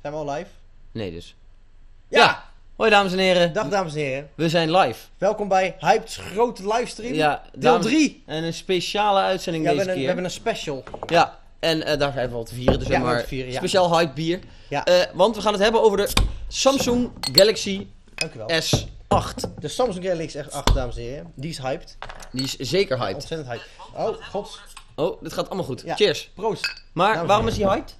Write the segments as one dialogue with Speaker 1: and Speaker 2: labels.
Speaker 1: Zijn we al live?
Speaker 2: Nee dus.
Speaker 1: Ja!
Speaker 2: Hoi dames en heren.
Speaker 1: Dag dames en heren.
Speaker 2: We zijn live.
Speaker 1: Welkom bij Hyped's grote livestream.
Speaker 2: Ja,
Speaker 1: deel
Speaker 2: dames-
Speaker 1: 3.
Speaker 2: En een speciale uitzending
Speaker 1: Ja, we,
Speaker 2: deze
Speaker 1: hebben een, we
Speaker 2: keer.
Speaker 1: hebben een special.
Speaker 2: Ja, en eh, daar zijn we al te vieren. Dus
Speaker 1: Ja,
Speaker 2: zeg
Speaker 1: we
Speaker 2: maar
Speaker 1: te vieren, ja.
Speaker 2: speciaal hype bier.
Speaker 1: Ja.
Speaker 2: Eh, want we gaan het hebben over de Samsung Galaxy
Speaker 1: Dankjewel.
Speaker 2: S8.
Speaker 1: De Samsung Galaxy S8, dames en heren. Die is hyped.
Speaker 2: Die is zeker hyped.
Speaker 1: Ontzettend hyped. Oh, god.
Speaker 2: Oh, dit gaat allemaal goed.
Speaker 1: Ja.
Speaker 2: Cheers.
Speaker 1: Proost.
Speaker 2: Maar
Speaker 1: Dames en
Speaker 2: waarom is die hyped?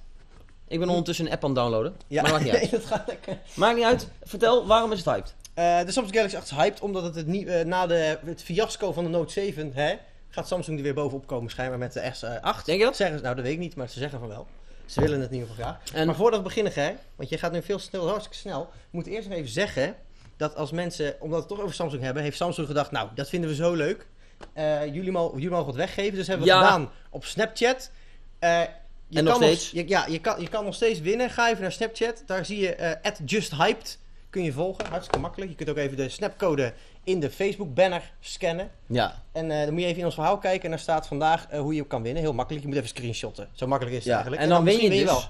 Speaker 2: Ik ben ondertussen een app aan het downloaden. Maar maakt niet uit.
Speaker 1: Nee, dat gaat lekker.
Speaker 2: Maakt niet uit. Vertel, waarom is het hyped?
Speaker 1: Eh, de Samsung Galaxy 8 is hyped omdat het, het nieuw- eh, na de, het fiasco van de Note 7 hè, gaat Samsung er weer bovenop komen schijnbaar met de eh, S8.
Speaker 2: Denk je dat?
Speaker 1: Zeggen ze, nou dat weet ik niet, maar ze zeggen van wel. Ze willen het in ieder geval graag.
Speaker 2: En-
Speaker 1: Maar voordat we beginnen, hè, want je gaat nu veel snel, hartstikke snel. We moeten eerst nog even zeggen dat als mensen, omdat we het toch over Samsung hebben, heeft Samsung gedacht, nou dat vinden we zo leuk. Eh, jullie, mo- jullie mogen het weggeven, dus hebben we
Speaker 2: Ja.
Speaker 1: het gedaan op Snapchat. Eh, je
Speaker 2: En nog
Speaker 1: kan
Speaker 2: steeds.
Speaker 1: je, ja, je kan, je kan nog steeds winnen. Ga even naar Snapchat. Daar zie je eh @justhyped. Kun je volgen. Hartstikke makkelijk. Je kunt ook even de snapcode in de Facebook banner scannen.
Speaker 2: Ja.
Speaker 1: En eh, dan moet je even in ons verhaal kijken. En daar staat vandaag eh, hoe je kan winnen. Heel makkelijk. Je moet even screenshotten. Zo makkelijk is het
Speaker 2: Ja,
Speaker 1: eigenlijk.
Speaker 2: en dan win
Speaker 1: misschien
Speaker 2: je dus.
Speaker 1: wel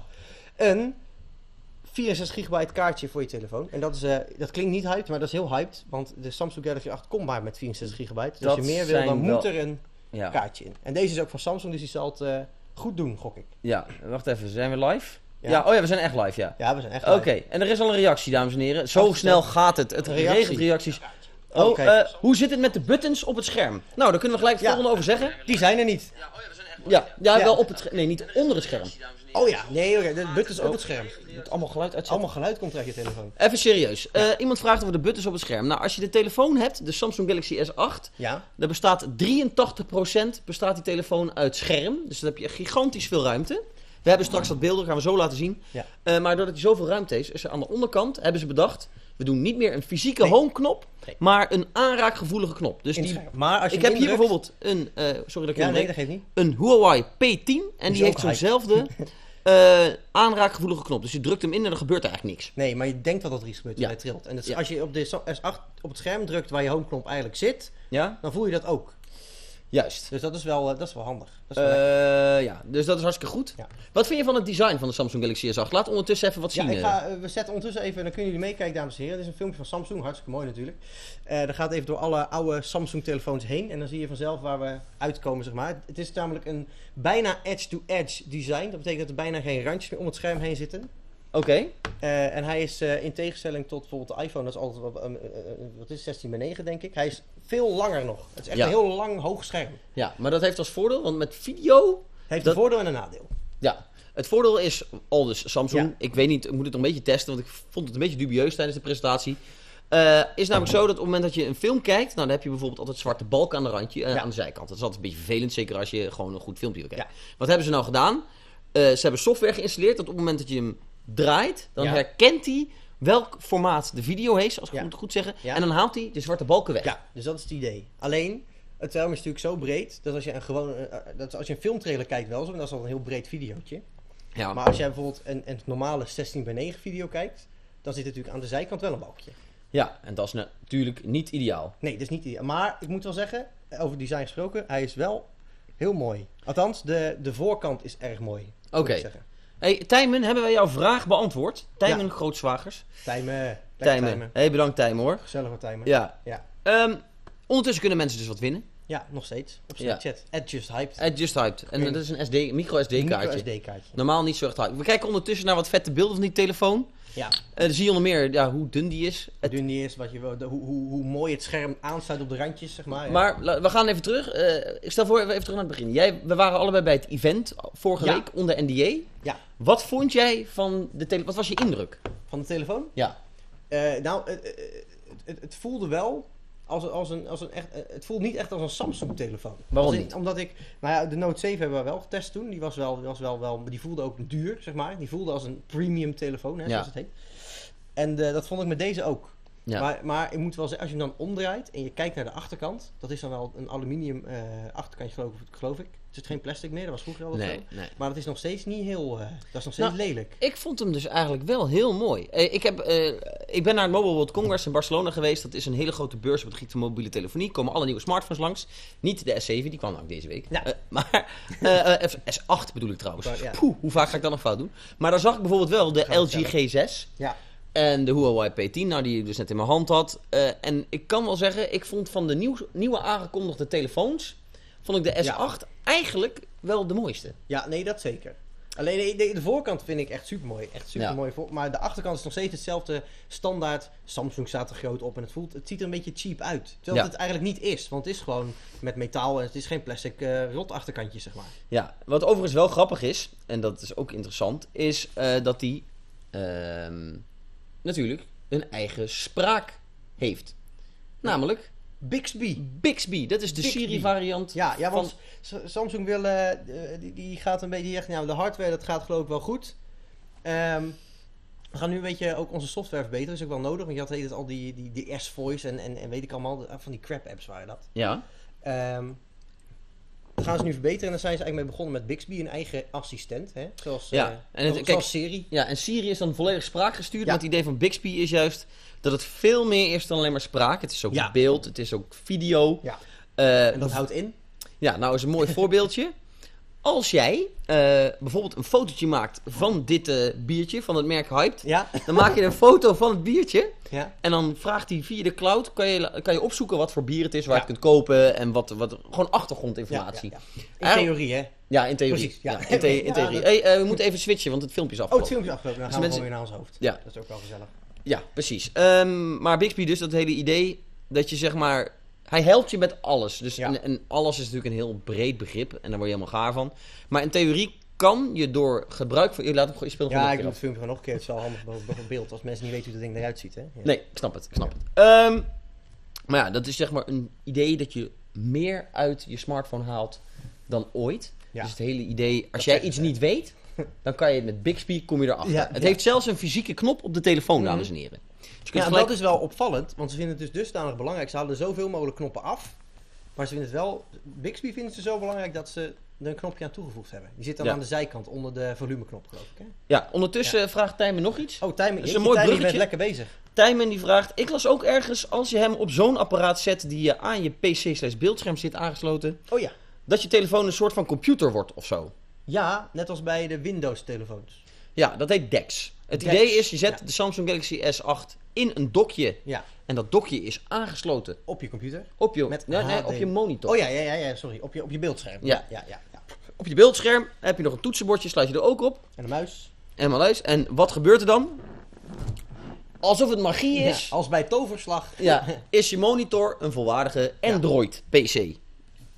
Speaker 1: een 64 gigabyte kaartje voor je telefoon. En dat, is, eh, dat klinkt niet hyped, maar dat is heel hyped. Want de Samsung Galaxy 8 komt maar met 64 gigabyte. Dus
Speaker 2: Dat
Speaker 1: als je meer wil,
Speaker 2: zijn
Speaker 1: dan moet
Speaker 2: wel-
Speaker 1: er een
Speaker 2: Ja.
Speaker 1: kaartje in. En deze is ook van Samsung, dus die zal het eh, goed doen, gok ik.
Speaker 2: ja. Wacht even, zijn we live?
Speaker 1: Ja.
Speaker 2: Ja. Oh ja, we zijn echt live, ja.
Speaker 1: Ja, we zijn echt
Speaker 2: Oké,
Speaker 1: hyped.
Speaker 2: en er is al een reactie, dames en heren. Zo
Speaker 1: Wacht,
Speaker 2: snel
Speaker 1: dat-
Speaker 2: gaat het. Het
Speaker 1: Een reactie.
Speaker 2: regelt reacties.
Speaker 1: Oh,
Speaker 2: Oh,
Speaker 1: kijk.
Speaker 2: eh, hoe zit het met de buttons op het scherm? Nou, daar kunnen we gelijk het
Speaker 1: Ja.
Speaker 2: volgende over zeggen.
Speaker 1: Die zijn er niet.
Speaker 2: Ja, ja,
Speaker 1: Ja.
Speaker 2: wel op het scherm. Nee, niet onder het scherm.
Speaker 1: Oh ja, nee, oké, de buttons op het scherm.
Speaker 2: Allemaal geluid uitzetten.
Speaker 1: Allemaal geluid komt uit je telefoon.
Speaker 2: Even serieus. Eh, iemand vraagt over de buttons op het scherm. Nou, als je de telefoon hebt, de Samsung Galaxy S8,
Speaker 1: Ja,
Speaker 2: dan bestaat 83% bestaat die telefoon uit scherm. Dus dan heb je gigantisch veel ruimte. We hebben straks wat beelden, gaan we zo laten zien.
Speaker 1: Ja.
Speaker 2: Eh, maar doordat er zoveel ruimte is, is er aan de onderkant, hebben ze bedacht, we doen niet meer een fysieke
Speaker 1: Nee.
Speaker 2: home-knop,
Speaker 1: Nee.
Speaker 2: maar een aanraakgevoelige knop. Dus
Speaker 1: in het
Speaker 2: die,
Speaker 1: scherm. Maar als je
Speaker 2: ik
Speaker 1: hem
Speaker 2: heb hier
Speaker 1: indrukt-
Speaker 2: bijvoorbeeld een, eh, sorry dat ik je
Speaker 1: Ja, nee,
Speaker 2: onderbreek.
Speaker 1: dat geeft niet.
Speaker 2: een Huawei P10 en
Speaker 1: is
Speaker 2: die
Speaker 1: ook
Speaker 2: heeft
Speaker 1: hype.
Speaker 2: zo'nzelfde eh, aanraakgevoelige knop. Dus je drukt hem in en er gebeurt eigenlijk niks.
Speaker 1: Nee, maar je denkt dat dat er iets gebeurt,
Speaker 2: Ja.
Speaker 1: hij trilt. En dat is-
Speaker 2: Ja.
Speaker 1: als je op de Sa- S8 op het scherm drukt waar je homeknop eigenlijk zit,
Speaker 2: Ja,
Speaker 1: dan voel je dat ook.
Speaker 2: juist.
Speaker 1: Dus dat is wel, eh, dat is wel handig. Dat is wel lekker.
Speaker 2: Eh, ja, dus dat is hartstikke goed.
Speaker 1: Ja.
Speaker 2: Wat vind je van het design van de Samsung Galaxy S8? Laat ondertussen even wat zien.
Speaker 1: ja, ik
Speaker 2: eh.
Speaker 1: ga, eh, we zetten ondertussen even, dan kunnen jullie meekijken, dames en heren. Dit is een filmpje van Samsung, hartstikke mooi natuurlijk. Eh dat gaat even door alle oude Samsung-telefoons heen. En dan zie je vanzelf waar we uitkomen, zeg maar. Het is namelijk een bijna edge-to-edge design. Dat betekent dat er bijna geen randjes meer om het scherm heen zitten.
Speaker 2: Oké,
Speaker 1: Eh, en hij is eh, in tegenstelling tot bijvoorbeeld de iPhone, dat is altijd wat, eh, eh, eh, wat is het, 16 bij 9 denk ik. Hij is veel langer nog. Het is echt
Speaker 2: Ja.
Speaker 1: een heel lang hoog scherm.
Speaker 2: ja, maar dat heeft als voordeel, want met video...
Speaker 1: Heeft
Speaker 2: Dat-
Speaker 1: een voordeel en een nadeel.
Speaker 2: Ja, het voordeel is, al dus Samsung,
Speaker 1: Ja.
Speaker 2: ik weet niet, ik moet het nog een beetje testen, want ik vond het een beetje dubieus tijdens de presentatie. Eh, is namelijk zo dat op het moment dat je een film kijkt, nou, dan heb je bijvoorbeeld altijd zwarte balken aan de randje, eh,
Speaker 1: Ja.
Speaker 2: aan de zijkant. Dat is altijd een beetje vervelend, zeker als je gewoon een goed filmpje wil kijken.
Speaker 1: Ja.
Speaker 2: Wat hebben ze nou gedaan? Eh, ze hebben software geïnstalleerd dat op het moment dat je hem draait, dan
Speaker 1: Ja.
Speaker 2: herkent hij welk formaat de video heeft, als ik
Speaker 1: Ja.
Speaker 2: het goed zeggen,
Speaker 1: Ja.
Speaker 2: en dan haalt hij de zwarte balken weg.
Speaker 1: Ja, dus dat is het idee. Alleen, het scherm is natuurlijk zo breed dat als je een, gewoon, eh, dat als je een filmtrailer kijkt wel zo, dan is dat een heel breed videootje.
Speaker 2: Ja.
Speaker 1: Maar als jij bijvoorbeeld een, een normale 16 bij 9 video kijkt, dan zit er natuurlijk aan de zijkant wel een balkje.
Speaker 2: ja, en dat is natuurlijk niet ideaal.
Speaker 1: Nee, dat is niet ideaal. Maar ik moet wel zeggen, eh, over design gesproken, hij is wel heel mooi. Althans, de, de voorkant is erg mooi. moet
Speaker 2: Oké.
Speaker 1: ik zeggen.
Speaker 2: Hey, Tijmen, hebben wij jouw vraag beantwoord? Tijmen Grootzwagers.
Speaker 1: Tijmen. Lekker
Speaker 2: Tijmen.
Speaker 1: Tijmen.
Speaker 2: Hey, bedankt Tijmen hoor.
Speaker 1: Gezellig hoor, Tijmen. Ja.
Speaker 2: Ja. Ehm, ondertussen kunnen mensen dus wat winnen.
Speaker 1: Ja, nog steeds. Op
Speaker 2: Ja.
Speaker 1: Snapchat. At Just Hyped.
Speaker 2: At Just Hyped. En dat is een SD, micro SD kaartje.
Speaker 1: SD-kaartje.
Speaker 2: Normaal niet zo echt hyped. We kijken ondertussen naar wat vette beelden van die telefoon.
Speaker 1: Ja.
Speaker 2: Eh, dan zie je onder meer ja, hoe dun die is.
Speaker 1: Het dun niet is, wat je, wil- de- hoe, hoe, hoe mooi het scherm aansluit op de randjes, zeg maar.
Speaker 2: Maar la- we gaan even terug. Eh, ik stel voor, even terug naar het begin. Jij, we waren allebei bij het event eh, vorige
Speaker 1: Ja.
Speaker 2: week onder NDA.
Speaker 1: Ja.
Speaker 2: Wat vond jij van de telefoon? Wat was je indruk?
Speaker 1: Van de telefoon?
Speaker 2: Ja.
Speaker 1: Eh, nou, het, het- het, het voelde wel als, een- als een, als een echt... eh, Het voelde niet echt als een Samsung-telefoon.
Speaker 2: Waarom
Speaker 1: Als in-
Speaker 2: niet?
Speaker 1: Omdat ik... Nou ja, de Note 7 hebben we wel getest toen. Die was wel... Die, was wel, wel, die voelde ook duur, zeg maar. Die voelde als een premium telefoon, hè,
Speaker 2: Ja.
Speaker 1: zoals het heet. En eh, dat vond ik met deze ook.
Speaker 2: Ja.
Speaker 1: Maar, maar ik moet wel zeggen, als je hem dan omdraait en je kijkt naar de achterkant, dat is dan al een aluminium eh, achterkantje, geloof, ik- geloof ik. Het is geen plastic meer, dat was vroeger al of zo.
Speaker 2: Nee, nee.
Speaker 1: Maar dat is nog steeds niet heel. eh, dat is nog steeds
Speaker 2: Nou,
Speaker 1: lelijk.
Speaker 2: Ik vond hem dus eigenlijk wel heel mooi. Eh, Ik, heb, eh, ik ben naar het Mobile World Congress in Barcelona geweest. Dat is een hele grote beurs op het gebied van mobiele telefonie. Komen alle nieuwe smartphones langs. Niet de S7, die kwam ook deze week.
Speaker 1: Ja.
Speaker 2: Eh, maar eh, eh, S8 bedoel ik trouwens.
Speaker 1: Nou. Ja.
Speaker 2: Poeh, hoe vaak ga ik dat nog fout doen? Maar daar zag ik bijvoorbeeld wel de
Speaker 1: Gaan we
Speaker 2: LG G6
Speaker 1: Ja,
Speaker 2: en de Huawei P10, nou, die ik dus net in mijn hand had. Eh, en ik kan wel zeggen, ik vond van de nieuw, nieuwe aangekondigde telefoons... vond ik de S8 eigenlijk wel de mooiste.
Speaker 1: ja, nee, dat zeker. Alleen nee, nee, de voorkant vind ik echt super mooi. Echt super mooi. Maar de achterkant is nog steeds hetzelfde standaard. Samsung staat er groot op en het, voelt, het ziet er een beetje cheap uit. Terwijl
Speaker 2: Ja.
Speaker 1: het eigenlijk niet is. Want het is gewoon met metaal en het is geen plastic eh, rot achterkantje, zeg maar.
Speaker 2: Ja, wat overigens wel grappig is, en dat is ook interessant, is eh, dat die ehm, natuurlijk een eigen spraak heeft. Namelijk
Speaker 1: Bixby.
Speaker 2: Bixby. Dat is de
Speaker 1: Bixby.
Speaker 2: Siri-variant.
Speaker 1: Ja, ja want
Speaker 2: van-
Speaker 1: S- Samsung wil, eh, eh, die, die gaat een beetje die zegt, nou de hardware dat gaat geloof ik wel goed. Ehm, we gaan nu een beetje ook onze software verbeteren, is ook wel nodig. Want je had heet het al die, die, die S-voice en, en, en weet ik allemaal, eh, van die crap apps waren dat.
Speaker 2: Ja,
Speaker 1: Ehm, dat gaan ze nu verbeteren en daar zijn ze eigenlijk mee begonnen met Bixby, een eigen assistent. Hè? Zoals,
Speaker 2: Ja,
Speaker 1: eh,
Speaker 2: en het-
Speaker 1: zoals
Speaker 2: kijk,
Speaker 1: Siri.
Speaker 2: ja, en Siri is dan volledig spraakgestuurd.
Speaker 1: Ja.
Speaker 2: Maar het idee van Bixby is juist dat het veel meer is dan alleen maar spraak. Het is ook
Speaker 1: Ja.
Speaker 2: beeld, het is ook video.
Speaker 1: Ja.
Speaker 2: Eh,
Speaker 1: En dat houdt in.
Speaker 2: Ja, nou is een mooi voorbeeldje. Als jij eh, bijvoorbeeld een fotootje maakt van dit eh, biertje, van het merk Hyped,
Speaker 1: Ja,
Speaker 2: dan maak je een foto van het biertje.
Speaker 1: ja.
Speaker 2: En dan vraagt hij via de cloud, kan je, kan je opzoeken wat voor bier het is, waar
Speaker 1: Ja.
Speaker 2: je het kunt kopen en wat, wat gewoon achtergrondinformatie. Ja,
Speaker 1: Ja, ja, ja. In
Speaker 2: Eigenlijk-
Speaker 1: theorie, hè?
Speaker 2: in theorie.
Speaker 1: Precies, ja.
Speaker 2: in, the- in
Speaker 1: Ja,
Speaker 2: theorie.
Speaker 1: dat-
Speaker 2: Hey, eh, we moeten even switchen, want het filmpje is
Speaker 1: Oh, het
Speaker 2: afgelopen.
Speaker 1: filmpje is afgelopen. Dan
Speaker 2: Dus
Speaker 1: gaan we gewoon
Speaker 2: mensen-
Speaker 1: weer naar ons hoofd.
Speaker 2: Ja.
Speaker 1: Dat is ook wel gezellig.
Speaker 2: ja, precies. Ehm, maar Bixby dus, dat hele idee dat je zeg maar... Hij helpt je met alles. Dus
Speaker 1: Ja.
Speaker 2: en, en alles is natuurlijk een heel breed begrip en daar word je helemaal gaar van. Maar in theorie kan je door gebruik van... Je laat hem gewoon, je speelt hem
Speaker 1: Ja,
Speaker 2: nog
Speaker 1: ik
Speaker 2: een
Speaker 1: doe
Speaker 2: keer
Speaker 1: het filmpje gewoon nog een keer. Het is wel handig boven boven beeld als mensen niet weten hoe dat ding eruit ziet. Hè? Ja.
Speaker 2: Nee, ik snap het. Ik snap het. Ehm, maar ja, dat is zeg maar een idee dat je meer uit je smartphone haalt dan ooit.
Speaker 1: Ja.
Speaker 2: Dus het hele idee, als jij
Speaker 1: zeggen
Speaker 2: iets
Speaker 1: ze.
Speaker 2: niet weet, dan kan je het met Bixby, kom je erachter.
Speaker 1: Ja,
Speaker 2: het
Speaker 1: ja.
Speaker 2: heeft zelfs een fysieke knop op de telefoon,
Speaker 1: Mhm.
Speaker 2: dames en heren. Dus je kunt
Speaker 1: Ja, en
Speaker 2: gelijk-
Speaker 1: dat is wel opvallend, want ze vinden het dus dusdanig belangrijk. Ze halen er zoveel mogelijk knoppen af, maar ze vinden het wel... Bixby vinden ze zo belangrijk dat ze er een knopje aan toegevoegd hebben. Die zit dan
Speaker 2: Ja.
Speaker 1: aan de zijkant, onder de volumeknop geloof ik. Hè?
Speaker 2: ja, ondertussen vraagt Tijmen nog iets.
Speaker 1: Oh, Tijmen,
Speaker 2: is
Speaker 1: is
Speaker 2: een mooi
Speaker 1: Tijmen, je bent
Speaker 2: bruggetje.
Speaker 1: lekker bezig.
Speaker 2: Tijmen die vraagt, ik las ook ergens, als je hem op zo'n apparaat zet die je aan je pc slash beeldscherm zit aangesloten,
Speaker 1: Oh ja.
Speaker 2: dat je telefoon een soort van computer wordt of zo.
Speaker 1: Ja, net als bij de Windows-telefoons.
Speaker 2: Ja, dat heet DeX. Het
Speaker 1: DeX,
Speaker 2: idee is, je zet
Speaker 1: ja.
Speaker 2: de Samsung Galaxy S8 in een dokje.
Speaker 1: Ja,
Speaker 2: En dat dokje is aangesloten
Speaker 1: op je computer.
Speaker 2: op je,
Speaker 1: Met
Speaker 2: nee, nee,
Speaker 1: HD.
Speaker 2: op je monitor.
Speaker 1: Oh ja, ja, ja, ja sorry, op je, op je beeldscherm.
Speaker 2: Ja.
Speaker 1: Ja, ja, ja.
Speaker 2: Op je beeldscherm heb je nog een toetsenbordje, sluit je er ook op.
Speaker 1: En de muis.
Speaker 2: En maar luister, en wat gebeurt er dan? Alsof het magie
Speaker 1: Ja,
Speaker 2: is, ja.
Speaker 1: als bij toverslag.
Speaker 2: is je monitor een volwaardige Android-PC.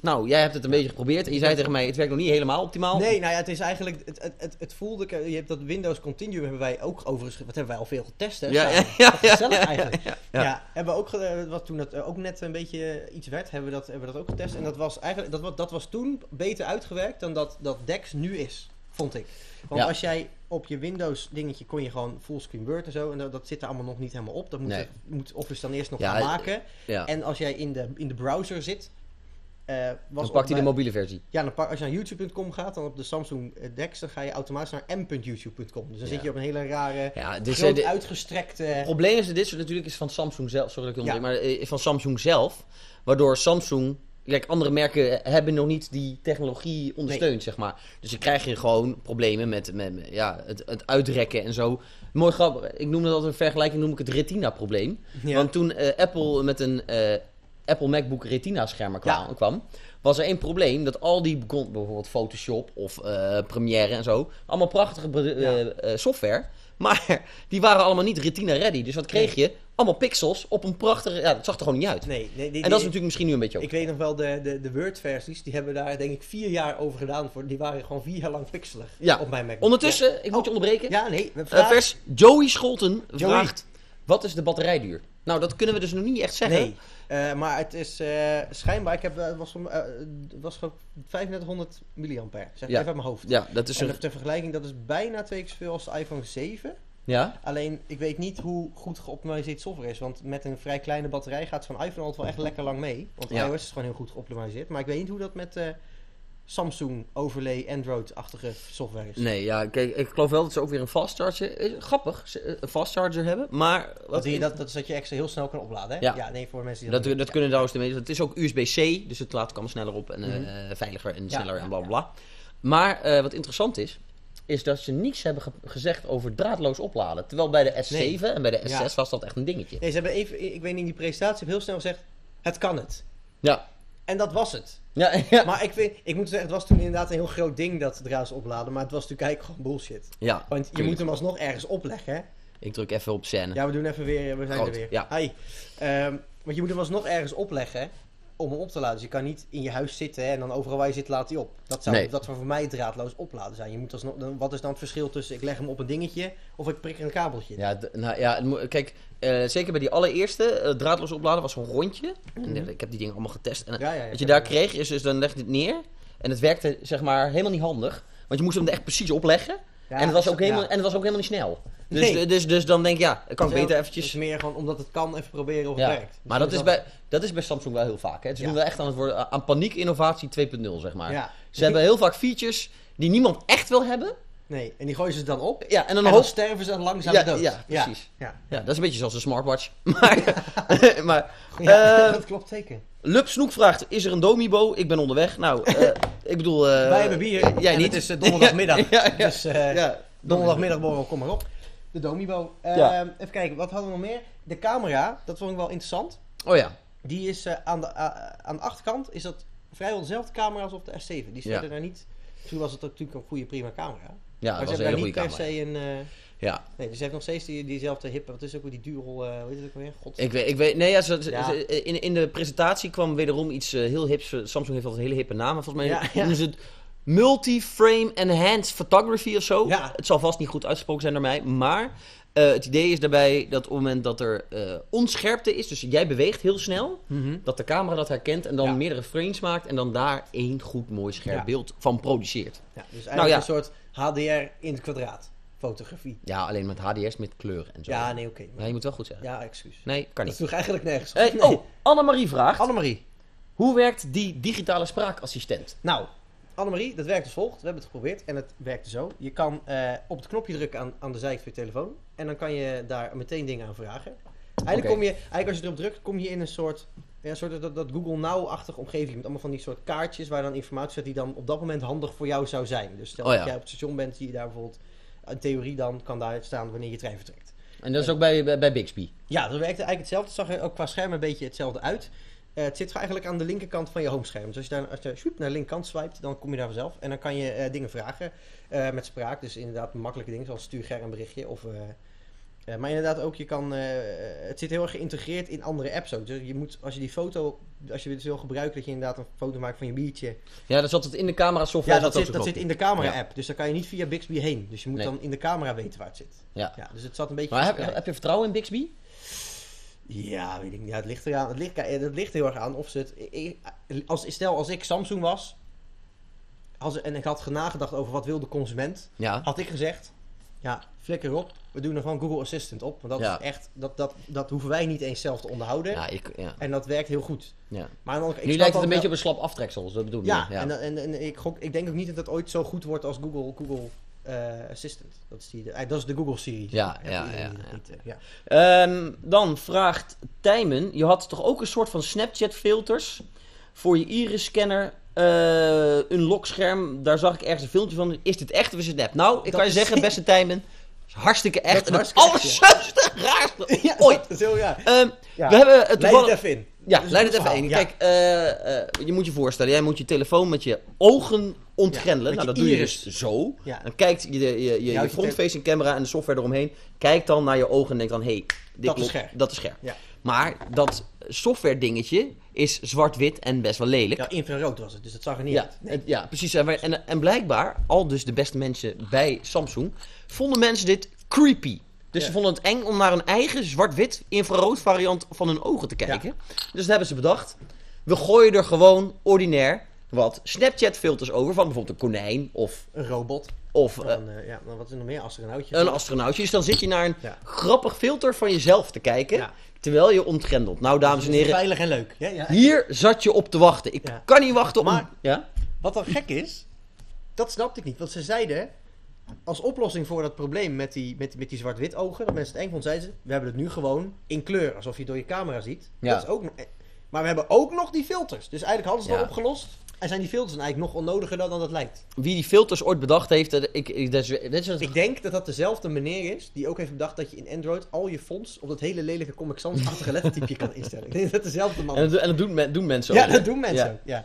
Speaker 2: Nou, jij hebt het een beetje geprobeerd en je zei tegen mij, het werkt nog niet helemaal optimaal.
Speaker 1: Nee, nou ja, het is eigenlijk. Het, het, het, het voelde. ik- Je hebt dat Windows Continuum hebben wij ook overigens. Wat hebben wij al veel getest, hè?
Speaker 2: Ja,
Speaker 1: samen.
Speaker 2: ja, ja,
Speaker 1: Wat gezellig
Speaker 2: ja,
Speaker 1: eigenlijk. Ja,
Speaker 2: ja.
Speaker 1: hebben we ook. ge- eh, Wat toen dat eh, ook net een beetje iets werd, hebben we dat, hebben we dat ook getest. En dat was eigenlijk. Dat, wa- dat was toen beter uitgewerkt dan dat, dat DEX nu is, vond ik. Want
Speaker 2: Ja.
Speaker 1: als jij op je Windows dingetje kon je gewoon fullscreen Word en zo. En dat, dat zit er allemaal nog niet helemaal op. Dat moet,
Speaker 2: Nee.
Speaker 1: moet Office dan eerst nog
Speaker 2: Ja, eh,
Speaker 1: gaan maken.
Speaker 2: Ja.
Speaker 1: En als jij in de, in de browser zit. eh, was
Speaker 2: dan
Speaker 1: op
Speaker 2: pakt hij de
Speaker 1: mijn-
Speaker 2: mobiele versie.
Speaker 1: ja, dan pak, als je naar youtube.com gaat, dan op de Samsung eh, Dex, dan ga je automatisch naar m.youtube.com. Dus dan
Speaker 2: Ja.
Speaker 1: zit je op een hele rare,
Speaker 2: Ja, dus, eh,
Speaker 1: groot
Speaker 2: de-
Speaker 1: uitgestrekte...
Speaker 2: Het probleem is dat dit soort natuurlijk is van Samsung zelf. Sorry dat ik je
Speaker 1: Eh, Ja.
Speaker 2: onderbreek, maar eh, van Samsung zelf. Waardoor Samsung. Kijk, andere merken hebben nog niet die technologie ondersteund, zeg maar. Dus dan krijg je gewoon problemen met, met, met, ja, het, het uitrekken en zo. Mooi grappig. Ik noem dat altijd een vergelijking, noem ik het retina-probleem.
Speaker 1: Ja.
Speaker 2: Want toen eh, Apple met een eh, Apple MacBook Retina-schermen kwa-
Speaker 1: Ja.
Speaker 2: kwam, was er één probleem. Dat al die, begon- bijvoorbeeld Photoshop of eh, Premiere en zo, allemaal prachtige be- eh,
Speaker 1: Ja.
Speaker 2: eh, software. Maar die waren allemaal niet Retina-ready. Dus wat kreeg je? Allemaal pixels op een prachtige... Ja, dat zag er gewoon niet uit.
Speaker 1: Nee, nee, die- die-
Speaker 2: En dat is natuurlijk misschien nu een beetje ook.
Speaker 1: Ik weet nog wel, de, de, de Word-versies, die hebben daar denk ik vier jaar over gedaan. Voor, die waren gewoon vier jaar lang pixelig
Speaker 2: Ja.
Speaker 1: op mijn MacBook.
Speaker 2: Ondertussen, ik moet je
Speaker 1: Ja,
Speaker 2: onderbreken.
Speaker 1: Ja, nee, we
Speaker 2: Eh,
Speaker 1: vragen-
Speaker 2: vers, Joey Scholten
Speaker 1: Joey.
Speaker 2: vraagt... Wat is de batterijduur? Nou, dat kunnen we dus nog niet echt zeggen.
Speaker 1: Nee, Eh, maar het is eh, schijnbaar, ik heb, eh, was, om, eh, was gewoon 3500 milliampère, zeg ik
Speaker 2: Ja. dus
Speaker 1: even uit mijn hoofd.
Speaker 2: Ja, dat is
Speaker 1: en
Speaker 2: een...
Speaker 1: ter vergelijking, dat is bijna twee keer zoveel als de iPhone 7.
Speaker 2: Ja?
Speaker 1: Alleen, ik weet niet hoe goed geoptimaliseerd software is. Want met een vrij kleine batterij gaat zo'n iPhone altijd wel echt lekker lang mee. Want
Speaker 2: Ja.
Speaker 1: iOS is gewoon heel goed geoptimaliseerd. Maar ik weet niet hoe dat met eh, Samsung overlay Android-achtige software is.
Speaker 2: Nee, ja, kijk, ik geloof wel dat ze ook weer een fast charger... eh, Grappig, ze, eh, een fast charger hebben, maar...
Speaker 1: Wat zie je, dat, dat is dat je extra heel snel kan opladen, hè?
Speaker 2: Ja.
Speaker 1: nee, voor mensen die
Speaker 2: Dat, dat
Speaker 1: niet- ja.
Speaker 2: kunnen trouwens de meeste. Het is ook USB-C, dus het laat kan sneller op en eh,
Speaker 1: Mhm.
Speaker 2: eh, veiliger en
Speaker 1: Ja,
Speaker 2: sneller
Speaker 1: ja,
Speaker 2: en bla bla. bla. Maar eh, wat interessant is, is dat ze niets hebben ge- gezegd over draadloos opladen. Terwijl bij de S7
Speaker 1: Nee.
Speaker 2: en bij de S6
Speaker 1: Ja.
Speaker 2: was dat echt een dingetje.
Speaker 1: Nee, ze hebben even, ik weet niet, in die presentatie hebben heel snel gezegd, het kan het.
Speaker 2: Ja,
Speaker 1: En dat was het.
Speaker 2: ja, ja.
Speaker 1: Maar ik, vind, ik moet zeggen, het was toen inderdaad een heel groot ding dat draadloos opladen. Maar het was natuurlijk eigenlijk gewoon bullshit.
Speaker 2: ja
Speaker 1: Want je
Speaker 2: Tuurlijk.
Speaker 1: moet hem alsnog ergens opleggen, hè?
Speaker 2: ik druk even op scène.
Speaker 1: Ja, we doen even weer, we zijn
Speaker 2: Groot,
Speaker 1: er weer.
Speaker 2: ja.
Speaker 1: Hi. Ehm, want je moet hem alsnog ergens opleggen om hem op te laden. Dus je kan niet in je huis zitten hè, en dan overal waar je zit laat hij op. Dat zou,
Speaker 2: Nee.
Speaker 1: dat zou voor mij draadloos opladen zijn. Je moet alsnog, dan, wat is dan het verschil tussen ik leg hem op een dingetje of ik prik er een kabeltje in?
Speaker 2: Ja, d- nou ja, het moet- kijk, eh, zeker bij die allereerste eh, draadloos opladen was zo'n rondje. En eh,
Speaker 1: Mhm.
Speaker 2: Ik heb die dingen allemaal getest. En, eh,
Speaker 1: Ja, ja, ja.
Speaker 2: wat je daar kreeg is dus dan leg je het neer en het werkte zeg maar helemaal niet handig. Want je moest hem er echt precies opleggen.
Speaker 1: Ja, dus-
Speaker 2: en, het was ook
Speaker 1: ja.
Speaker 2: helemaal, en het was ook helemaal niet snel. Dus,
Speaker 1: Nee.
Speaker 2: dus, dus dan denk ik, ja, ik kan
Speaker 1: Dus
Speaker 2: ik beter
Speaker 1: heel- Het
Speaker 2: eventjes...
Speaker 1: is meer gewoon omdat het kan even proberen of
Speaker 2: Ja.
Speaker 1: het werkt. Dus
Speaker 2: Maar dat is, bij, dat is bij Samsung wel heel vaak. Hè. Het is
Speaker 1: Ja.
Speaker 2: nu wel echt aan het worden aan paniekinnovatie 2.0, zeg maar.
Speaker 1: Ja.
Speaker 2: Ze hebben heel vaak features die niemand echt wil hebben.
Speaker 1: Nee, en die gooien ze dan op.
Speaker 2: Ja, en
Speaker 1: En
Speaker 2: dan
Speaker 1: dan,
Speaker 2: hoop...
Speaker 1: sterven ze langzaam
Speaker 2: Ja,
Speaker 1: dood.
Speaker 2: ja, precies.
Speaker 1: Ja,
Speaker 2: Ja, dat is een beetje zoals een smartwatch. Maar, maar
Speaker 1: ja. Ja,
Speaker 2: Ehm,
Speaker 1: dat klopt zeker.
Speaker 2: Lub Snoek vraagt, is er een domibo? Ik ben onderweg. Nou, eh, ik bedoel... eh,
Speaker 1: Wij hebben bier.
Speaker 2: Jij
Speaker 1: en
Speaker 2: niet.
Speaker 1: Het is eh, donderdagmiddag.
Speaker 2: Ja, ja, ja.
Speaker 1: Dus eh,
Speaker 2: Ja,
Speaker 1: Donderdagmiddagborrel, kom maar op. De Domibo. Eh,
Speaker 2: Ja.
Speaker 1: Even kijken, wat hadden we nog meer? De camera, dat vond ik wel interessant.
Speaker 2: Oh ja,
Speaker 1: Die is eh, aan, de, eh, aan de achterkant is dat vrijwel dezelfde camera als op de S7. Die is
Speaker 2: Ja.
Speaker 1: verder daar niet. Toen was het natuurlijk een goede, prima camera. maar ze
Speaker 2: ja dat was een
Speaker 1: hebben
Speaker 2: hele
Speaker 1: daar
Speaker 2: goede
Speaker 1: niet per
Speaker 2: camera.
Speaker 1: se een. eh,
Speaker 2: Ja.
Speaker 1: nee, dus ze heeft nog steeds die, diezelfde hippe. Wat is ook weer die dual. eh hoe heet het ook weer? God.
Speaker 2: Ik weet, ik weet, nee, ja, ze- ze-
Speaker 1: Ja.
Speaker 2: ze- eh, in, in de presentatie kwam wederom iets eh, heel hips. Eh, Samsung heeft altijd hele hippe namen, volgens mij.
Speaker 1: Ja, ja.
Speaker 2: noemen ze het multi-frame enhanced photography of zo.
Speaker 1: Ja.
Speaker 2: Het zal vast niet goed uitgesproken zijn door mij, maar eh, het idee is daarbij dat op het moment dat er eh, onscherpte is, dus jij beweegt heel snel,
Speaker 1: Mhm.
Speaker 2: dat de camera dat herkent en dan
Speaker 1: Ja.
Speaker 2: meerdere frames maakt en dan daar één goed mooi scherp
Speaker 1: Ja.
Speaker 2: beeld van produceert.
Speaker 1: Ja, dus eigenlijk
Speaker 2: Nou ja.
Speaker 1: een soort HDR in het kwadraat. Fotografie.
Speaker 2: Ja, alleen met HDS met kleur en zo.
Speaker 1: Ja, nee, oké. maar-
Speaker 2: Ja, je moet wel goed zeggen.
Speaker 1: ja, excuus.
Speaker 2: Nee, kan
Speaker 1: Dat
Speaker 2: niet.
Speaker 1: sloeg eigenlijk nergens. op.
Speaker 2: Eh,
Speaker 1: Nee.
Speaker 2: Oh, Annemarie vraagt,
Speaker 1: Annemarie.
Speaker 2: hoe werkt die digitale spraakassistent?
Speaker 1: Nou, Annemarie, dat werkt als volgt. We hebben het geprobeerd en het werkte zo. Je kan eh, op het knopje drukken aan, aan de zijkant van je telefoon. En dan kan je daar meteen dingen aan vragen. Eigenlijk,
Speaker 2: Oké.
Speaker 1: kom je, eigenlijk als je erop drukt, kom je in een soort, ja, een soort dat, dat Google Now-achtige omgeving. Met allemaal van die soort kaartjes waar dan informatie staat die dan op dat moment handig voor jou zou zijn. Dus stel
Speaker 2: Oh ja.
Speaker 1: dat jij op het station bent, zie je daar bijvoorbeeld... In theorie dan kan daar staan wanneer je trein vertrekt.
Speaker 2: En dat is ook bij, bij, bij Bixby.
Speaker 1: Ja, dat werkte eigenlijk hetzelfde. Het zag er ook qua scherm een beetje hetzelfde uit. Eh, het zit eigenlijk aan de linkerkant van je homescherm. Dus als je, daar, als je sjoep, naar de linkerkant swipt, dan kom je daar vanzelf. En dan kan je eh, dingen vragen eh, met spraak. Dus inderdaad makkelijke dingen, zoals stuur Ger een berichtje. Of, eh, eh, maar inderdaad ook, je kan, eh, het zit heel erg geïntegreerd in andere apps ook. Dus je moet, als je die foto, als je dit wil gebruiken, dat je inderdaad een foto maakt van je biertje.
Speaker 2: Ja, dat zat het in de camera software.
Speaker 1: Ja, dat,
Speaker 2: ook
Speaker 1: zit,
Speaker 2: zo
Speaker 1: dat zit
Speaker 2: komt.
Speaker 1: in de camera-app. Dus daar kan je niet via Bixby heen. Dus je moet
Speaker 2: Nee.
Speaker 1: dan in de camera weten waar het zit.
Speaker 2: Ja.
Speaker 1: Ja, dus het zat een beetje...
Speaker 2: Maar heb,
Speaker 1: verspreid.
Speaker 2: heb je vertrouwen in Bixby?
Speaker 1: Ja, weet ik niet. Ja, het ligt eraan. Het ligt, kijk, het ligt heel erg aan of ze het. ik- ik- Als, stel, als ik Samsung was. Als, en ik had nagedacht over wat wil de consument.
Speaker 2: Ja.
Speaker 1: Had ik gezegd. Ja, flikker op. We doen er gewoon Google Assistant op. Want dat
Speaker 2: Ja.
Speaker 1: is echt. Dat, dat, dat hoeven wij niet eens zelf te onderhouden.
Speaker 2: Ja, ik, ja,
Speaker 1: En dat werkt heel goed.
Speaker 2: ja.
Speaker 1: Maar aan de andere kant- ik
Speaker 2: Nu
Speaker 1: snap
Speaker 2: lijkt het
Speaker 1: ook wel-
Speaker 2: een beetje op een slap aftreksel, dat bedoel ik.
Speaker 1: Ja,
Speaker 2: ja.
Speaker 1: en, dat- en, en ik, gok, ik denk ook niet dat dat ooit zo goed wordt als Google, Google eh, Assistant. Dat is, die, eh, dat is de Google-serie.
Speaker 2: Ja,
Speaker 1: Voor
Speaker 2: ja,
Speaker 1: iedereen die
Speaker 2: ja,
Speaker 1: dat
Speaker 2: ja.
Speaker 1: niet, eh, ja.
Speaker 2: Ehm, dan vraagt Tijmen, je had toch ook een soort van Snapchat filters voor je iris scanner, een lokscherm, daar zag ik ergens een filmpje van. Is dit echt of is het nep? Nou, ik
Speaker 1: Dat
Speaker 2: kan je
Speaker 1: is-
Speaker 2: zeggen, beste Tijmen, dat is hartstikke echt.
Speaker 1: Dat is
Speaker 2: en het
Speaker 1: hartstikke
Speaker 2: allerzuiste, raarste
Speaker 1: Ja,
Speaker 2: ooit.
Speaker 1: dat is heel raar.
Speaker 2: Ehm,
Speaker 1: Ja.
Speaker 2: We hebben het
Speaker 1: Leid het even in.
Speaker 2: Ja,
Speaker 1: Dat is
Speaker 2: leid
Speaker 1: een
Speaker 2: het even
Speaker 1: verhaal,
Speaker 2: in.
Speaker 1: ja.
Speaker 2: Kijk, eh, eh, je moet je voorstellen, jij moet je telefoon met je ogen ontgrendelen.
Speaker 1: Ja, met
Speaker 2: nou, dat
Speaker 1: je
Speaker 2: doe je
Speaker 1: iris.
Speaker 2: dus zo.
Speaker 1: Ja.
Speaker 2: Dan kijkt je, je, je, je
Speaker 1: Ja, je
Speaker 2: frontfacing camera en de software eromheen. Kijkt dan naar je ogen en denkt dan, hé, hey, dit
Speaker 1: Dat is
Speaker 2: klopt,
Speaker 1: scherp.
Speaker 2: Dat is scherp.
Speaker 1: Ja.
Speaker 2: Maar dat software dingetje is zwart-wit en best wel lelijk.
Speaker 1: Ja, infrarood was het, dus dat zag er niet
Speaker 2: Ja,
Speaker 1: uit.
Speaker 2: het- ja, precies. En, wij- en, en blijkbaar, al dus de beste mensen bij Samsung, vonden mensen dit creepy. Dus
Speaker 1: Ja.
Speaker 2: ze vonden het eng om naar een eigen zwart-wit infrarood variant van hun ogen te kijken. Dus dat hebben ze bedacht. We gooien er gewoon ordinair wat Snapchat filters over. Van bijvoorbeeld een konijn of
Speaker 1: Een robot.
Speaker 2: Of eh,
Speaker 1: Dan, eh, ja, dan wat is er nog meer? Astronautje.
Speaker 2: een astronautje. Dus dan zit je naar een
Speaker 1: Ja.
Speaker 2: grappig filter van jezelf te kijken.
Speaker 1: Ja.
Speaker 2: Terwijl je ontgrendelt. Nou, dames en heren,
Speaker 1: Veilig en leuk. Ja, ja.
Speaker 2: hier zat je op te wachten. Ik
Speaker 1: Ja.
Speaker 2: kan niet wachten om...
Speaker 1: Maar-
Speaker 2: ja?
Speaker 1: Wat dan gek is, dat snapte ik niet. Want ze zeiden, als oplossing voor dat probleem met die, met, met die zwart-wit ogen, dat mensen het eng vonden, zeiden ze, we hebben het nu gewoon in kleur, alsof je het door je camera ziet.
Speaker 2: Ja.
Speaker 1: Dat is ook, nog- maar we hebben ook nog die filters. Dus eigenlijk hadden ze het
Speaker 2: Ja.
Speaker 1: al opgelost. En zijn die filters dan eigenlijk nog onnodiger dan, dan dat lijkt.
Speaker 2: Wie die filters ooit bedacht heeft... dat- Ik, ik, dat is, dat is-
Speaker 1: Ik denk dat dat dezelfde meneer is die ook heeft bedacht dat je in Android al je fonts op dat hele lelijke Comic Sans-achtige lettertypje kan instellen. Ik denk dat dat dezelfde man
Speaker 2: En
Speaker 1: is.
Speaker 2: dat, en dat doen, men- doen mensen
Speaker 1: Ja,
Speaker 2: ook.
Speaker 1: dat doen mensen.
Speaker 2: Ja.
Speaker 1: ook, Ja.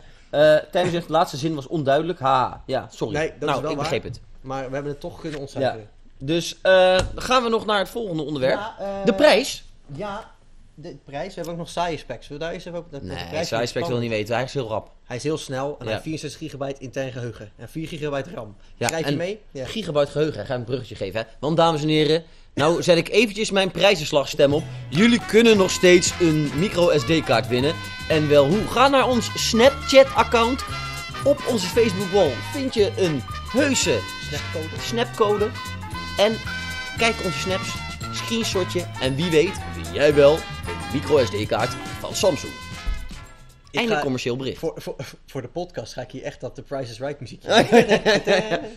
Speaker 2: Eh, Tijmen zegt, de laatste zin was onduidelijk. Ha, ja, sorry.
Speaker 1: Nee, dat is
Speaker 2: nou,
Speaker 1: wel
Speaker 2: ik
Speaker 1: waar.
Speaker 2: begreep het.
Speaker 1: Maar we hebben het toch kunnen ontcijferen.
Speaker 2: Dus eh, gaan we nog naar het volgende onderwerp.
Speaker 1: Ja, eh,
Speaker 2: de prijs?
Speaker 1: Ja, de prijs. We hebben ook nog saaie specs. Zullen we daar eens even op... dat- dat de
Speaker 2: Nee,
Speaker 1: prijs
Speaker 2: Sidespect wil
Speaker 1: spannend.
Speaker 2: niet weten. Hij is heel rap.
Speaker 1: Hij is heel snel en hij
Speaker 2: Ja.
Speaker 1: heeft 64 gigabyte intern geheugen. En 4 gigabyte RAM.
Speaker 2: Ja,
Speaker 1: Schrijf
Speaker 2: en-
Speaker 1: je mee? Ja.
Speaker 2: Gigabyte geheugen. Hij gaat een bruggetje geven. Hè? Want dames en heren, nou zet ik eventjes mijn prijzenslagstem op. Jullie kunnen nog steeds een micro SD-kaart winnen. En wel hoe? Ga naar ons Snapchat-account. Op onze Facebook-wall vind je een heuse
Speaker 1: Snapcode.
Speaker 2: snapcode. En kijk onze snaps, screenshotje. En wie weet, win jij wel een micro SD-kaart van Samsung.
Speaker 1: Ik
Speaker 2: Eindelijk
Speaker 1: ga-
Speaker 2: commercieel bericht.
Speaker 1: Voor, voor, voor de podcast ga ik hier echt dat The Price is Right muziekje.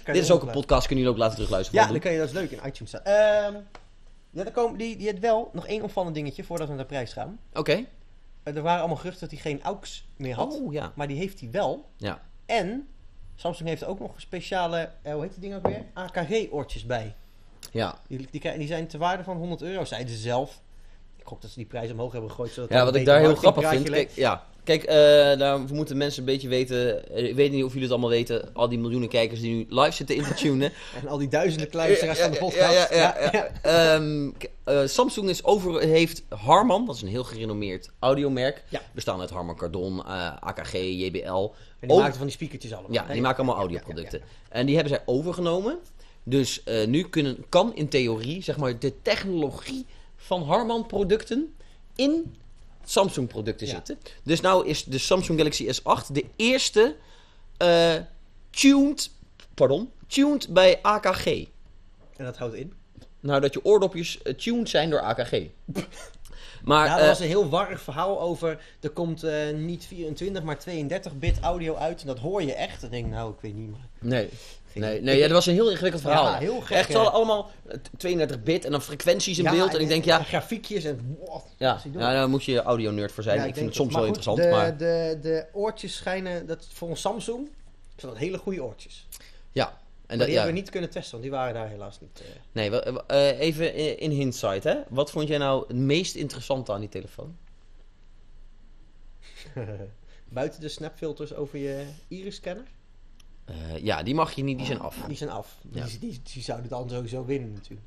Speaker 2: Dit is ook een podcast, kunnen jullie ook laten terugluisteren.
Speaker 1: Ja,
Speaker 2: Wat
Speaker 1: dan
Speaker 2: doen?
Speaker 1: kan je dat is leuk in iTunes staan. Ehm, ja, dan komen die, die het wel. Nog één opvallend dingetje voordat we naar de prijs gaan.
Speaker 2: Oké.
Speaker 1: Eh, Er waren allemaal geruchten dat hij geen AUX meer had.
Speaker 2: Oh, ja.
Speaker 1: Maar die heeft hij wel.
Speaker 2: Ja.
Speaker 1: En Samsung heeft ook nog speciale, eh, hoe heet die ding ook weer? AKG-oortjes bij.
Speaker 2: Ja.
Speaker 1: Die, die, ki- die zijn te waarde van 100 euro, zeiden ze zelf. Ik hoop dat ze die prijs omhoog hebben gegooid. Zodat
Speaker 2: ja,
Speaker 1: er
Speaker 2: wat
Speaker 1: een
Speaker 2: ik
Speaker 1: beter
Speaker 2: daar heel grappig vind.
Speaker 1: marketingpraatje
Speaker 2: Kijk, ja. Kijk, eh, daar moeten mensen een beetje weten. eh, Ik weet niet of jullie het allemaal weten. Al die miljoenen kijkers die nu live zitten in te tunen.
Speaker 1: leek. En al die duizenden luisteraars van de podcast.
Speaker 2: Ja, ja, ja, ja, ja. Ehm, k- eh, Samsung is over, heeft Harman, dat is een heel gerenommeerd audiomerk.
Speaker 1: Ja.
Speaker 2: Bestaan uit Harman Kardon, eh, AKG, JBL.
Speaker 1: En die
Speaker 2: Ook-
Speaker 1: maakten van die speakertjes allemaal.
Speaker 2: Ja,
Speaker 1: Hè?
Speaker 2: die maken allemaal audioproducten. En die hebben zij overgenomen. Dus eh, nu kunnen, kan in theorie zeg maar, de technologie van Harman producten in Samsung producten
Speaker 1: Ja.
Speaker 2: zitten. Dus nou is de Samsung Galaxy S8 de eerste eh, tuned, pardon, tuned bij AKG.
Speaker 1: En dat houdt in.
Speaker 2: Nou, dat je oordopjes eh, tuned zijn door AKG. Maar
Speaker 1: Ja,
Speaker 2: eh,
Speaker 1: Nou, er was een heel warrig verhaal over. Er komt eh, niet 24, maar 32-bit audio uit. En dat hoor je echt. Dan denk ik, nou, ik weet niet. Maar...
Speaker 2: nee.
Speaker 1: Geen-
Speaker 2: Nee, nee ja, dat was een heel ingewikkeld verhaal.
Speaker 1: Ja, heel gek,
Speaker 2: Echt
Speaker 1: hè?
Speaker 2: al- allemaal eh, 32-bit en dan frequenties in beeld. En ik denk, ja,
Speaker 1: Grafiekjes en. wow,
Speaker 2: Ja,
Speaker 1: wat zie ik doen?
Speaker 2: ja, daar moet je audio-nerd voor zijn.
Speaker 1: Ja,
Speaker 2: ik, vind
Speaker 1: denk
Speaker 2: het soms wel
Speaker 1: dat. Maar
Speaker 2: interessant,
Speaker 1: goed,
Speaker 2: maar...
Speaker 1: de, de, de oortjes schijnen, dat voor een Samsung, zijn dat hele goede oortjes. Maar
Speaker 2: Ja. En
Speaker 1: die
Speaker 2: dat, ja.
Speaker 1: hebben we niet kunnen testen, want die waren daar helaas niet. eh.
Speaker 2: Nee, wel, eh, eh, even in- in hindsight, hè. Wat vond jij nou het meest interessante aan die telefoon?
Speaker 1: eh, Buiten de snapfilters over je iris-scanner,
Speaker 2: Eh, ja, die mag je niet, die zijn af.
Speaker 1: die zijn af.
Speaker 2: Ja.
Speaker 1: Die, die, die zouden dan sowieso winnen natuurlijk.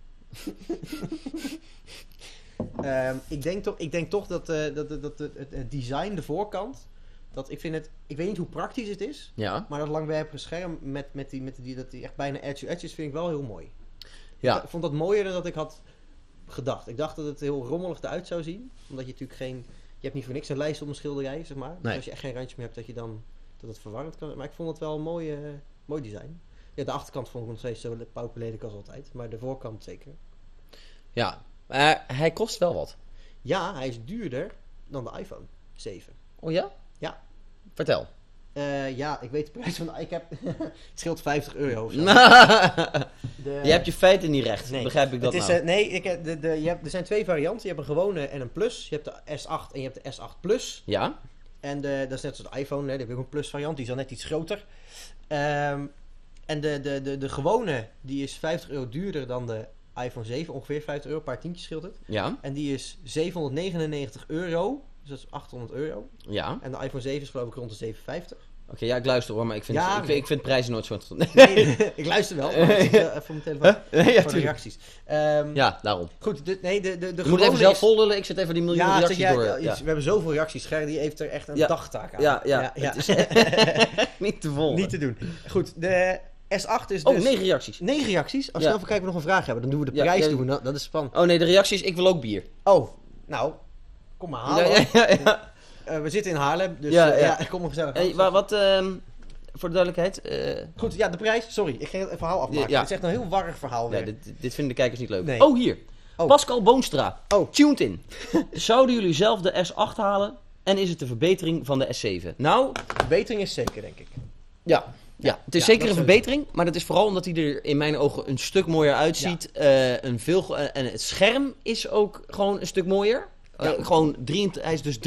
Speaker 1: Ehm, ik, denk toch, ik denk toch dat, eh, dat, dat, dat het, het- het design, de voorkant, dat ik vind het, ik weet niet hoe praktisch het is,
Speaker 2: Ja,
Speaker 1: maar dat langwerpige scherm met, met, die, met die, dat die echt bijna edge-to-edge is, vind ik wel heel mooi.
Speaker 2: ja.
Speaker 1: Ik vond dat mooier dan dat ik had gedacht. Ik dacht dat het heel rommelig eruit zou zien. Omdat je natuurlijk geen... Je hebt niet voor niks een lijst op een schilderij, zeg maar. Dus
Speaker 2: Nee.
Speaker 1: als je echt geen randje meer hebt, dat je dan... Dat het verwarrend kan Maar ik vond het wel een mooi, eh, mooi design. Ja, de achterkant vond ik nog steeds zo pauperlelijk als altijd. Maar de voorkant zeker.
Speaker 2: ja. Maar hij kost wel wat.
Speaker 1: Ja, hij is duurder dan de iPhone 7.
Speaker 2: Oh ja?
Speaker 1: Ja.
Speaker 2: Vertel.
Speaker 1: Eh, ja, ik weet de prijs van de... Ik heb... het scheelt 50 euro of zo. De-
Speaker 2: je Nou, hebt je feiten niet recht,
Speaker 1: Eh, Nee.
Speaker 2: begrijp ik dat
Speaker 1: Het is,
Speaker 2: nou?
Speaker 1: eh, nee, ik, heb- de, de, je hebt, er zijn twee varianten. Je hebt een gewone en een plus. Je hebt de S8 en je hebt de S8 Plus.
Speaker 2: Ja?
Speaker 1: En de, dat is net zoals de iPhone, hè, die heb ik ook een plus variant, die is al net iets groter. Ehm, en de, de, de, de gewone, die is 50 euro duurder dan de iPhone 7, ongeveer 50 euro, een paar tientjes scheelt het.
Speaker 2: Ja?
Speaker 1: En die is 799 euro, dus dat is 800 euro.
Speaker 2: Ja?
Speaker 1: En de iPhone 7 is geloof ik rond de 750.
Speaker 2: Oké, ja, ik luister hoor, maar ik vind,
Speaker 1: Ja,
Speaker 2: ik,
Speaker 1: nee.
Speaker 2: vind, ik vind prijzen nooit zo interessant.
Speaker 1: Nee, ik luister wel, maar ik zit wel even op mijn telefoon
Speaker 2: Nee, ja,
Speaker 1: voor de
Speaker 2: tuurlijk.
Speaker 1: reacties. Ehm,
Speaker 2: Ja, daarom.
Speaker 1: Goed, de, nee, de, de, de
Speaker 2: Je moet even
Speaker 1: gewone
Speaker 2: zelf
Speaker 1: is-
Speaker 2: voldelen, ik zet even die miljoen
Speaker 1: Ja,
Speaker 2: reacties
Speaker 1: zeg jij-
Speaker 2: door.
Speaker 1: ja, iets- we hebben zoveel reacties. Gerry die heeft er echt een
Speaker 2: Ja.
Speaker 1: dagtaak aan.
Speaker 2: Ja, ja. Het is niet te volgen.
Speaker 1: Niet te doen. Goed, de S8 is
Speaker 2: Oh,
Speaker 1: dus...
Speaker 2: negen reacties.
Speaker 1: Negen reacties. Als
Speaker 2: Ja.
Speaker 1: we even kijken of we nog een vraag hebben, dan doen we de
Speaker 2: Ja,
Speaker 1: prijs
Speaker 2: ja.
Speaker 1: doen. Dat, dat is spannend.
Speaker 2: Oh nee, de reacties, ik wil ook bier.
Speaker 1: Oh, nou, kom maar halen.
Speaker 2: Ja, ja, ja, ja.
Speaker 1: we zitten in Haarlem, dus
Speaker 2: Ja,
Speaker 1: eh, ja,
Speaker 2: ja.
Speaker 1: kom maar gezellig.
Speaker 2: Hey,
Speaker 1: langs.
Speaker 2: wa- wat, ehm, voor de duidelijkheid. eh,
Speaker 1: Goed, ja, de prijs. Sorry, ik ging het verhaal afmaken.
Speaker 2: Ja.
Speaker 1: Het is echt een heel warrig verhaal
Speaker 2: nee,
Speaker 1: weer.
Speaker 2: dit, dit vinden de kijkers niet leuk.
Speaker 1: Oh, Nee.
Speaker 2: Oh, hier.
Speaker 1: Oh.
Speaker 2: Pascal Boonstra.
Speaker 1: Oh.
Speaker 2: Tuned in. Zouden jullie zelf de S8 halen? En is het de verbetering van de S7? Nou,
Speaker 1: Verbetering is zeker, denk ik.
Speaker 2: Ja, ja het is
Speaker 1: Ja, dat
Speaker 2: zeker een
Speaker 1: sowieso.
Speaker 2: verbetering. Maar dat is vooral omdat hij er in mijn ogen een stuk mooier uitziet. eh, een veel, ge- en het scherm is ook gewoon een stuk mooier.
Speaker 1: Ja.
Speaker 2: Eh, gewoon drie, hij is dus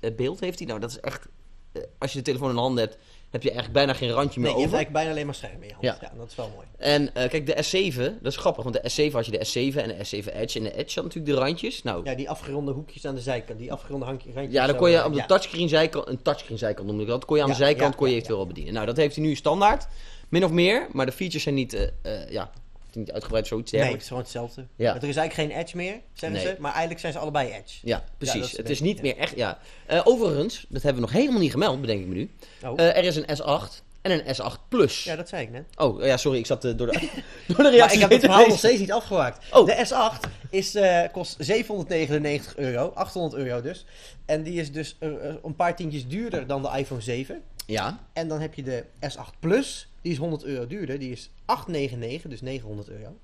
Speaker 2: 83% beeld heeft hij. Nou, dat is echt... eh, als je de telefoon in de handen hebt, heb je eigenlijk bijna geen randje
Speaker 1: Nee,
Speaker 2: meer
Speaker 1: je hebt
Speaker 2: over.
Speaker 1: eigenlijk bijna alleen maar scherm in je hand. Ja.
Speaker 2: Ja.
Speaker 1: dat is wel mooi.
Speaker 2: En eh, kijk, de S7, dat is grappig. Want de S7 had je de S7 en de S7 Edge. En de Edge had natuurlijk de randjes. Nou,
Speaker 1: Ja, die afgeronde hoekjes aan de zijkant, die afgeronde hankje- randjes.
Speaker 2: Ja, dan
Speaker 1: zo,
Speaker 2: kon je
Speaker 1: eh,
Speaker 2: op de
Speaker 1: ja.
Speaker 2: touchscreen zijkant, een touchscreen zijkant noemde ik dat, kon je aan
Speaker 1: Ja,
Speaker 2: de zijkant
Speaker 1: ja,
Speaker 2: kon je
Speaker 1: ja,
Speaker 2: eventueel wel bedienen. Nou, dat heeft hij nu standaard, min of meer, maar de features zijn niet, eh, eh, ja, het is niet uitgebreid zoiets
Speaker 1: Nee, het
Speaker 2: dergelijks.
Speaker 1: is gewoon hetzelfde.
Speaker 2: Ja.
Speaker 1: Want Er is eigenlijk geen edge meer, zeggen
Speaker 2: Nee.
Speaker 1: ze. Maar eigenlijk zijn ze allebei edge.
Speaker 2: Ja,
Speaker 1: dat
Speaker 2: precies.
Speaker 1: is
Speaker 2: het
Speaker 1: leuk,
Speaker 2: is niet
Speaker 1: ja.
Speaker 2: meer echt, ja. Eh, overigens, dat hebben we nog helemaal niet gemeld, bedenk ik me nu,
Speaker 1: Oh.
Speaker 2: Eh, er is een S8 en een S8 Plus.
Speaker 1: Ja, dat zei ik net.
Speaker 2: Oh, ja, sorry, ik zat eh, door de, door de
Speaker 1: Maar
Speaker 2: reactie
Speaker 1: ik heb het
Speaker 2: heen te
Speaker 1: verhaal nog
Speaker 2: lezen.
Speaker 1: steeds niet afgewaakt.
Speaker 2: Oh.
Speaker 1: De S8 is, eh, kost 799 euro, 800 euro dus. En die is dus eh, eh, een paar tientjes duurder dan de iPhone 7.
Speaker 2: Ja,
Speaker 1: En dan heb je de S8 Plus, die is 100 euro duurder. Die is 899, dus 900 euro.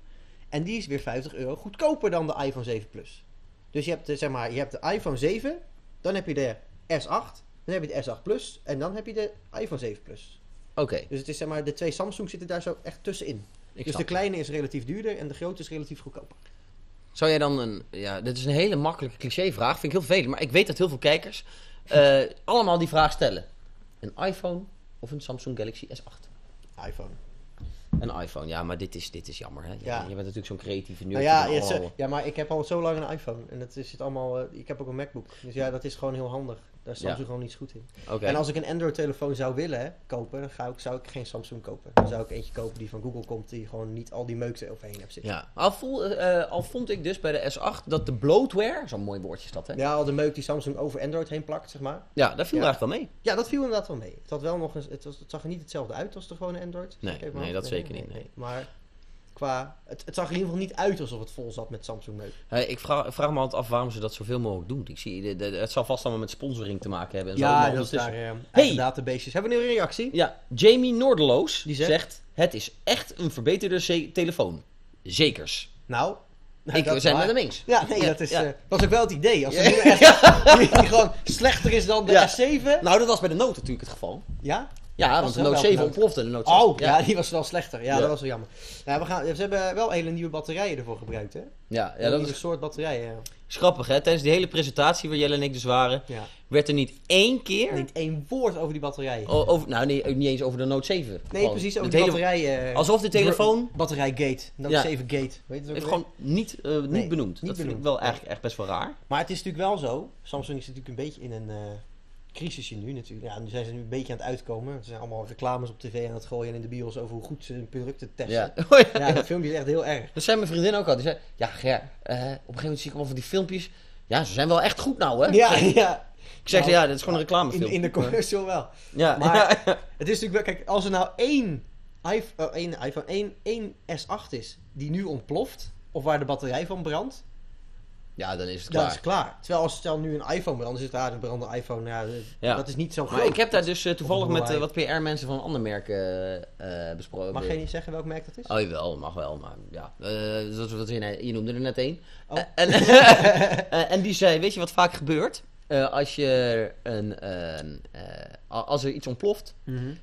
Speaker 1: En die is weer 50 euro goedkoper dan de iPhone 7 Plus. Dus je hebt de, zeg maar, je hebt de iPhone 7, dan heb je de S8, dan heb je de S8 Plus en dan heb je de iPhone 7 Plus.
Speaker 2: oké,
Speaker 1: Dus het is zeg maar, de twee Samsung zitten daar zo echt tussenin.
Speaker 2: ik
Speaker 1: dus de
Speaker 2: snap.
Speaker 1: kleine is relatief duurder en de grote is relatief goedkoper.
Speaker 2: Zou jij dan een. Ja, dit is een hele makkelijke clichévraag. Vind ik heel veel. Maar ik weet dat heel veel kijkers eh, allemaal die vraag stellen: een iPhone of een Samsung Galaxy S8?
Speaker 1: iPhone.
Speaker 2: Een iPhone, ja, maar dit is, dit is jammer. Hè? Je,
Speaker 1: Ja.
Speaker 2: je bent natuurlijk zo'n creatieve nerd.
Speaker 1: Nou ja,
Speaker 2: die
Speaker 1: ja, zo-
Speaker 2: allemaal-
Speaker 1: ja, maar ik heb al zo lang een iPhone en het is, zit allemaal, eh, ik heb ook een MacBook. Dus ja, dat is gewoon heel handig. Daar is
Speaker 2: Ja.
Speaker 1: Samsung gewoon niet goed in.
Speaker 2: Oké.
Speaker 1: En als ik een Android-telefoon zou willen kopen, dan ga ik, zou ik geen Samsung kopen. Dan zou ik eentje kopen die van Google komt, die gewoon niet al die meuk eroverheen hebt zitten.
Speaker 2: Ja. Al, voel, eh, al vond ik dus bij de S8 dat de bloatware, zo'n mooi woordje is dat, hè?
Speaker 1: Ja.
Speaker 2: Ja,
Speaker 1: al de meuk die Samsung over Android heen plakt, zeg maar.
Speaker 2: daar viel
Speaker 1: Ja.
Speaker 2: eigenlijk wel mee.
Speaker 1: Ja, dat viel inderdaad wel mee. Het, had wel nog eens, het, was, het zag er niet hetzelfde uit als de gewone Android. Zeg
Speaker 2: Nee,
Speaker 1: ik even
Speaker 2: nee,
Speaker 1: af.
Speaker 2: dat zeker niet, nee.
Speaker 1: Maar qua, het, het zag er in ieder geval niet uit alsof het vol zat met Samsung meuk.
Speaker 2: Eh, ik vraag, vraag me altijd af waarom ze dat zoveel mogelijk doen. Ik zie, de- de- het zal vast allemaal met sponsoring te maken hebben. En zo, maar
Speaker 1: dat is daar
Speaker 2: ondertussen-
Speaker 1: eh
Speaker 2: Hey!
Speaker 1: hey. databases. Hebben we nu een reactie?
Speaker 2: Ja, Jamie Noordeloos
Speaker 1: Die
Speaker 2: die
Speaker 1: zegt-
Speaker 2: zegt... Het is echt een verbeterde ze- telefoon. Zekers.
Speaker 1: Nou, nou,
Speaker 2: Ik
Speaker 1: dat
Speaker 2: we zijn
Speaker 1: waar.
Speaker 2: het met hem eens.
Speaker 1: Ja, nee, dat is,
Speaker 2: ja.
Speaker 1: eh, was ook wel het idee. Als de nieuwe S- die gewoon slechter is dan de
Speaker 2: Ja.
Speaker 1: S7.
Speaker 2: Nou, dat was bij de Note natuurlijk het geval.
Speaker 1: Ja?
Speaker 2: Ja,
Speaker 1: was
Speaker 2: want de
Speaker 1: wel
Speaker 2: Note
Speaker 1: welke
Speaker 2: 7
Speaker 1: Note?
Speaker 2: ontplofte en de Note 6.
Speaker 1: Oh, ja. die was wel slechter. Ja,
Speaker 2: Ja.
Speaker 1: dat was wel jammer. Nou, we gaan, ze hebben wel hele nieuwe batterijen ervoor gebruikt, hè?
Speaker 2: Ja, ja,
Speaker 1: Een
Speaker 2: dat
Speaker 1: nieuwe
Speaker 2: is
Speaker 1: soort batterijen.
Speaker 2: grappig hè. Tijdens die hele presentatie waar Jelle en ik dus waren,
Speaker 1: Ja.
Speaker 2: werd er niet één keer...
Speaker 1: Niet één woord over die batterijen.
Speaker 2: o- Over, nou, nee, niet eens over de Note 7.
Speaker 1: nee,
Speaker 2: Gewoon
Speaker 1: precies, over
Speaker 2: het
Speaker 1: die
Speaker 2: hele-
Speaker 1: batterijen. eh,
Speaker 2: Alsof de telefoon
Speaker 1: Batterijgate. Note
Speaker 2: Ja.
Speaker 1: 7 Gate. Weet je het ook
Speaker 2: heeft
Speaker 1: weer?
Speaker 2: gewoon niet, eh, niet
Speaker 1: Nee,
Speaker 2: benoemd.
Speaker 1: niet
Speaker 2: dat vind
Speaker 1: benoemd.
Speaker 2: ik wel eigenlijk echt best wel raar.
Speaker 1: Maar het is natuurlijk wel zo. Samsung is natuurlijk een beetje in een eh, crisisje nu natuurlijk. Ja, nu zijn ze nu een beetje aan het uitkomen. Ze zijn allemaal reclames op tv aan het gooien en in de bios over hoe goed ze hun producten testen.
Speaker 2: Ja.
Speaker 1: Ja, dat filmpje is echt heel erg.
Speaker 2: Dat zei mijn vriendin ook al. Die zei, ja Ger, eh, op een gegeven moment zie ik allemaal van die filmpjes. Ja, ze zijn wel echt goed nou hè.
Speaker 1: Ja, ja.
Speaker 2: Ik zeg,
Speaker 1: Nou,
Speaker 2: ja, dit is gewoon een
Speaker 1: In,
Speaker 2: reclamefilm.
Speaker 1: in de commercial wel.
Speaker 2: Ja,
Speaker 1: Maar- Het is natuurlijk wel, kijk, als er nou één iPhone, één, iPhone één, één S8 is die nu ontploft, of waar de batterij van brandt,
Speaker 2: ja, dan is het
Speaker 1: dan is
Speaker 2: klaar.
Speaker 1: het klaar. Terwijl als stel nu een iPhone brandt, is het daar, dan brandt een iPhone, ja, dat-
Speaker 2: Ja.
Speaker 1: dat is niet zo groot.
Speaker 2: Maar ik heb daar dus eh, toevallig
Speaker 1: Of
Speaker 2: met
Speaker 1: Huawei.
Speaker 2: eh, wat PR-mensen van andere merken eh, eh, besproken.
Speaker 1: Mag jij niet zeggen welk merk dat is?
Speaker 2: Oh jawel, mag wel, maar ja. Eh, dat, dat, je, je noemde er net één.
Speaker 1: Oh.
Speaker 2: Eh, en, eh, en die zei, weet je wat vaak gebeurt? Eh, als, je een, eh, eh, a- als er iets ontploft,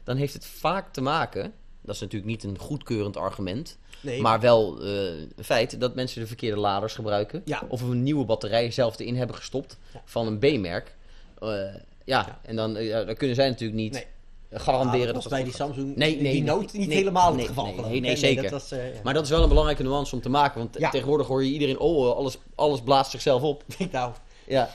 Speaker 2: dan heeft het vaak te maken... Dat is natuurlijk niet een goedkeurend argument,
Speaker 1: Nee,
Speaker 2: maar wel eh, een feit dat mensen de verkeerde laders gebruiken.
Speaker 1: Ja.
Speaker 2: Of een nieuwe batterij zelf erin hebben gestopt
Speaker 1: Ja.
Speaker 2: van een B-merk. Eh, ja,
Speaker 1: Ja.
Speaker 2: en dan, eh, ja, dan kunnen zij natuurlijk niet
Speaker 1: Nee.
Speaker 2: garanderen
Speaker 1: Ah, dat was
Speaker 2: dat dat
Speaker 1: bij
Speaker 2: goed
Speaker 1: die
Speaker 2: gaat.
Speaker 1: Samsung
Speaker 2: Nee,
Speaker 1: die-
Speaker 2: nee,
Speaker 1: die
Speaker 2: nee,
Speaker 1: noot niet
Speaker 2: nee,
Speaker 1: helemaal
Speaker 2: nee,
Speaker 1: het geval.
Speaker 2: nee,
Speaker 1: geloof
Speaker 2: nee,
Speaker 1: ik.
Speaker 2: nee, zeker.
Speaker 1: dat was, eh, ja.
Speaker 2: Maar dat is wel een belangrijke nuance om te maken, want
Speaker 1: Ja.
Speaker 2: tegenwoordig hoor je iedereen, oh, eh, alles, alles blaast zichzelf op.
Speaker 1: nou,
Speaker 2: Ja.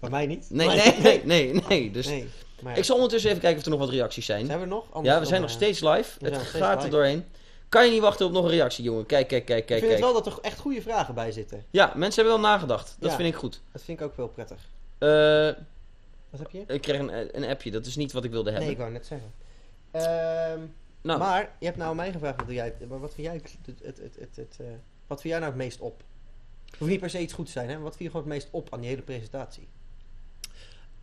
Speaker 1: bij mij niet.
Speaker 2: Nee,
Speaker 1: Maar-
Speaker 2: nee, nee, nee, nee. Dus
Speaker 1: Nee, maar
Speaker 2: ik zal ondertussen even kijken of er nog wat reacties zijn.
Speaker 1: zijn we er nog? Anders
Speaker 2: Ja, we zijn
Speaker 1: dan,
Speaker 2: nog
Speaker 1: eh,
Speaker 2: steeds live.
Speaker 1: zijn
Speaker 2: Het
Speaker 1: nog steeds
Speaker 2: gaat er
Speaker 1: live.
Speaker 2: doorheen. Kan je niet wachten op nog een reactie, jongen? Kijk, kijk, kijk,
Speaker 1: Ik
Speaker 2: kijk,
Speaker 1: vind het
Speaker 2: kijk.
Speaker 1: wel dat er echt goede vragen bij zitten.
Speaker 2: Ja, mensen hebben wel nagedacht. Dat
Speaker 1: Ja.
Speaker 2: vind ik goed.
Speaker 1: Dat vind ik ook wel prettig.
Speaker 2: Eh,
Speaker 1: Wat heb je?
Speaker 2: ik kreeg een, een appje, dat is niet wat ik wilde hebben.
Speaker 1: Nee, ik wou net zeggen. Ehm,
Speaker 2: nou,
Speaker 1: Maar je hebt nou aan mij gevraagd wat doe jij, maar wat vind jij het, het, het, het, het, eh, wat vind jij nou het meest op? Het hoeft niet per se iets goed te zijn, hè? maar Wat vind je gewoon het meest op aan die hele presentatie?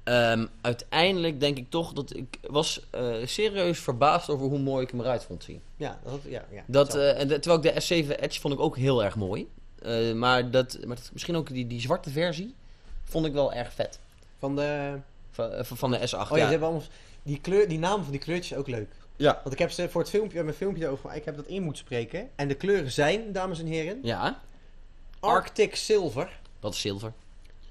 Speaker 2: Ehm, uiteindelijk denk ik toch dat ik was eh, serieus verbaasd over hoe mooi ik hem eruit vond zien.
Speaker 1: Ja, dat, ja, ja.
Speaker 2: Dat,
Speaker 1: Zo.
Speaker 2: eh, en de- terwijl ik de S7 Edge vond ik ook heel erg mooi. Eh, maar, dat, maar dat- misschien ook die, die zwarte versie vond ik wel erg vet.
Speaker 1: van de...
Speaker 2: Van, eh, van de S8.
Speaker 1: Oh ja,
Speaker 2: ja.
Speaker 1: ze hebben allemaal... Die, kleur, die naam van die kleurtjes is ook leuk.
Speaker 2: Ja.
Speaker 1: Want ik heb ze voor het filmpje, mijn filmpje over, ik heb dat in moeten spreken. En de kleuren zijn, dames en heren,
Speaker 2: Ja,
Speaker 1: Arctic Silver,
Speaker 2: dat is zilver.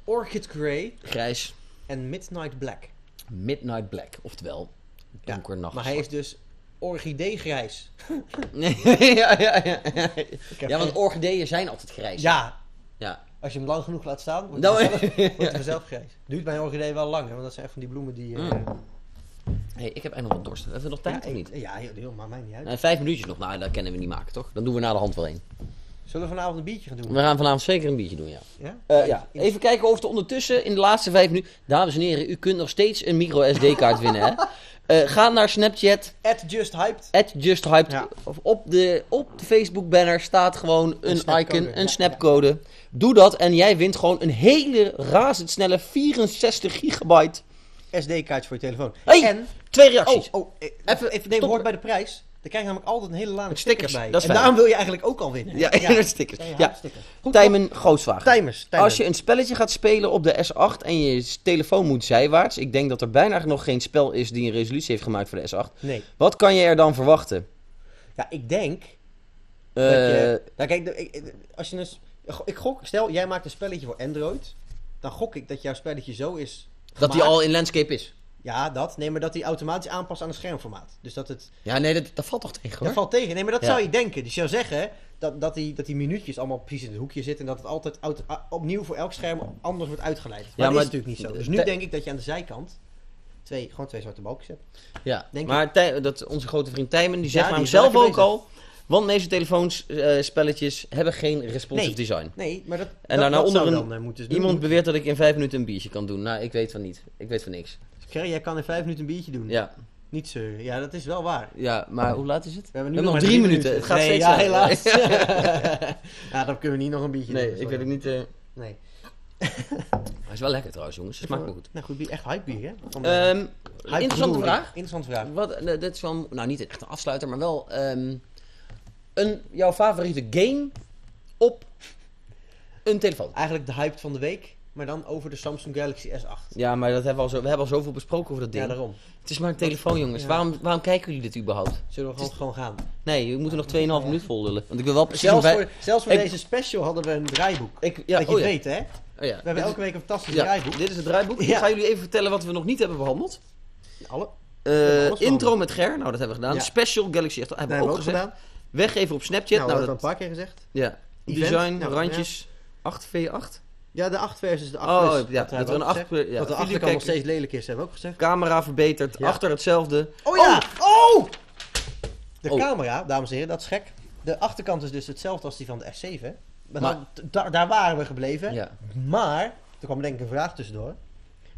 Speaker 1: Orchid Grey
Speaker 2: Grijs.
Speaker 1: en Midnight Black.
Speaker 2: Midnight Black, oftewel donker nacht.
Speaker 1: Maar hij heeft dus orchideegrijs.
Speaker 2: ja, ja, ja.
Speaker 1: Ik heb-
Speaker 2: ja, want orchideeën zijn altijd grijs.
Speaker 1: Ja,
Speaker 2: ja.
Speaker 1: als je hem lang genoeg laat staan, wordt
Speaker 2: Nou,
Speaker 1: hij vanzelf, wordt hij vanzelf grijs. Duurt bij een orchidee wel lang, hè, want dat zijn echt van die bloemen die... eh,
Speaker 2: Hey, ik heb eigenlijk nog wat dorst. Hebben we nog tijd
Speaker 1: ja,
Speaker 2: of
Speaker 1: ik-
Speaker 2: niet?
Speaker 1: Ja, heel, heel, maar mij niet uit.
Speaker 2: Nou, vijf minuutjes nog. Nou, dat kennen we niet maken, toch? Dan doen we na de hand wel één.
Speaker 1: Zullen we vanavond een biertje gaan doen?
Speaker 2: We gaan vanavond zeker een biertje doen, ja.
Speaker 1: Ja?
Speaker 2: Eh, ja. Even kijken of er ondertussen in de laatste vijf minuten... Dames en heren, u kunt nog steeds een micro SD-kaart winnen, hè? Eh, ga naar Snapchat,
Speaker 1: At Just Hyped.
Speaker 2: at JustHyped.
Speaker 1: Ja.
Speaker 2: Of op de, op de Facebook-banner staat gewoon een,
Speaker 1: snapcode.
Speaker 2: icon,
Speaker 1: Ja,
Speaker 2: een snapcode. Doe dat en jij wint gewoon een hele razendsnelle 64 gigabyte.
Speaker 1: SD-kaartje voor je telefoon.
Speaker 2: Hey!
Speaker 1: En,
Speaker 2: Twee
Speaker 1: oh,
Speaker 2: reacties.
Speaker 1: oh eh,
Speaker 2: Even
Speaker 1: even, even nee,
Speaker 2: stoppen.
Speaker 1: hoort bij de prijs. Dan krijg je namelijk altijd een hele lading
Speaker 2: Stickers,
Speaker 1: stickers, bij.
Speaker 2: dat is
Speaker 1: en
Speaker 2: fijn.
Speaker 1: daarom wil je eigenlijk ook al winnen. hè?
Speaker 2: Ja,
Speaker 1: ja.
Speaker 2: stickers.
Speaker 1: Ja,
Speaker 2: Ja.
Speaker 1: stickers.
Speaker 2: Tijmen Gooswagen.
Speaker 1: Timers, timers.
Speaker 2: Als je een spelletje gaat spelen op de S8 en je s- telefoon moet zijwaarts, ik denk dat er bijna nog geen spel is die een resolutie heeft gemaakt voor de S8.
Speaker 1: Nee.
Speaker 2: Wat kan je er dan verwachten?
Speaker 1: Ja, ik denk...
Speaker 2: Eh,
Speaker 1: dat je- nou, kijk, de- ik- als je een... s- Ik gok, stel, jij maakt een spelletje voor Android. Dan gok ik dat jouw spelletje zo is
Speaker 2: dat die
Speaker 1: gemaakt.
Speaker 2: al in landscape is.
Speaker 1: Ja, dat. Nee, maar dat die automatisch aanpast aan het schermformaat. Dus dat het...
Speaker 2: Ja, nee, dat, dat valt toch tegen hoor.
Speaker 1: Dat valt tegen. Nee, maar dat
Speaker 2: Ja.
Speaker 1: zou je denken. Dus je zou zeggen dat, dat, die, dat die minuutjes allemaal precies in het hoekje zitten. En dat het altijd auto- a- opnieuw voor elk scherm anders wordt uitgeleid. Maar dat
Speaker 2: maar-
Speaker 1: is natuurlijk niet zo. Dus nu
Speaker 2: Te-
Speaker 1: denk ik dat je aan de zijkant twee, gewoon twee zwarte balkjes hebt.
Speaker 2: Ja,
Speaker 1: Denk
Speaker 2: maar Tij- dat, onze grote vriend Tijmen, die zegt
Speaker 1: Ja,
Speaker 2: maar
Speaker 1: die is
Speaker 2: zelf ook
Speaker 1: lekker bezig.
Speaker 2: al, want deze telefoonspelletjes hebben geen responsive
Speaker 1: Nee.
Speaker 2: design.
Speaker 1: Nee, maar dat, en
Speaker 2: daarna onder
Speaker 1: zou
Speaker 2: een-
Speaker 1: dan eh, moeten ze doen.
Speaker 2: Iemand beweert Dus dat ik in vijf minuten een biertje kan doen. Nou, ik weet van niet. Ik weet van niks.
Speaker 1: Gerry, jij kan in vijf minuten een biertje doen.
Speaker 2: Ja,
Speaker 1: Niet zeuren. Ja, dat is wel waar.
Speaker 2: ja maar hoe laat is het?
Speaker 1: We hebben
Speaker 2: We
Speaker 1: nu
Speaker 2: hebben
Speaker 1: maar
Speaker 2: nog drie minuten. Het gaat
Speaker 1: nee,
Speaker 2: steeds
Speaker 1: ja,
Speaker 2: sneller.
Speaker 1: helaas. ja, dan kunnen we niet nog een biertje
Speaker 2: Nee,
Speaker 1: doen.
Speaker 2: ik weet het niet. eh.
Speaker 1: niet. Nee.
Speaker 2: Hij is wel lekker trouwens, jongens. Het smaakt me goed.
Speaker 1: Nou goed, bier- echt hype bier, hè? Van de-
Speaker 2: Ehm,
Speaker 1: hype
Speaker 2: interessante
Speaker 1: brewery.
Speaker 2: vraag.
Speaker 1: Interessante vraag.
Speaker 2: Wat, eh, dit is wel, nou niet echt een afsluiter, maar wel ehm, een, jouw favoriete game op een telefoon.
Speaker 1: Eigenlijk de hype van de week, maar dan over de Samsung Galaxy S8.
Speaker 2: Ja, maar dat hebben we, al zo, we hebben al zoveel besproken over dat ding.
Speaker 1: Ja, daarom.
Speaker 2: Het is maar een telefoon, jongens.
Speaker 1: Ja.
Speaker 2: Waarom, waarom kijken jullie dit überhaupt?
Speaker 1: Zullen we gewoon, gewoon gaan.
Speaker 2: Nee, we moeten nog 2,5 minuten vol lullen. Want ik wil wel precies...
Speaker 1: Zelfs
Speaker 2: bij-
Speaker 1: voor, zelfs voor
Speaker 2: Ik-
Speaker 1: deze special hadden we een draaiboek.
Speaker 2: ik, ja,
Speaker 1: dat je
Speaker 2: oh
Speaker 1: het
Speaker 2: ja.
Speaker 1: weet, hè?
Speaker 2: Oh ja.
Speaker 1: We hebben elke week een fantastisch
Speaker 2: ja,
Speaker 1: draaiboek.
Speaker 2: Dit is het draaiboek. Ik
Speaker 1: Ja.
Speaker 2: ga jullie even vertellen wat we nog niet hebben behandeld.
Speaker 1: Alle,
Speaker 2: Eh,
Speaker 1: hebben alles
Speaker 2: intro
Speaker 1: behandeld.
Speaker 2: met Ger, nou dat hebben we gedaan.
Speaker 1: Ja.
Speaker 2: Special Galaxy echt,
Speaker 1: dat
Speaker 2: hebben we
Speaker 1: hebben
Speaker 2: ook
Speaker 1: we ook
Speaker 2: gezegd.
Speaker 1: gedaan.
Speaker 2: Weggeven op
Speaker 1: nou,
Speaker 2: Snapchat. Nou,
Speaker 1: dat hebben we
Speaker 2: dat,
Speaker 1: een paar keer gezegd.
Speaker 2: ja.
Speaker 1: Event.
Speaker 2: Design,
Speaker 1: Nou,
Speaker 2: randjes. 8v8.
Speaker 1: Ja, de 8 versus de 8
Speaker 2: Oh,
Speaker 1: plus.
Speaker 2: ja,
Speaker 1: hebben
Speaker 2: dat
Speaker 1: we
Speaker 2: er een
Speaker 1: ook
Speaker 2: 8
Speaker 1: gezegd. dat de achterkant nog steeds lelijk is, hebben we ook gezegd.
Speaker 2: Camera verbeterd,
Speaker 1: Ja.
Speaker 2: achter hetzelfde.
Speaker 1: Oh ja! Oh! De
Speaker 2: Oh.
Speaker 1: camera, dames en heren, dat is gek. De achterkant is dus hetzelfde als die van de S7. Maar,
Speaker 2: Maar-
Speaker 1: dan- d- daar- daar waren we gebleven.
Speaker 2: Oh! Ja.
Speaker 1: Maar, er kwam denk ik een vraag tussendoor.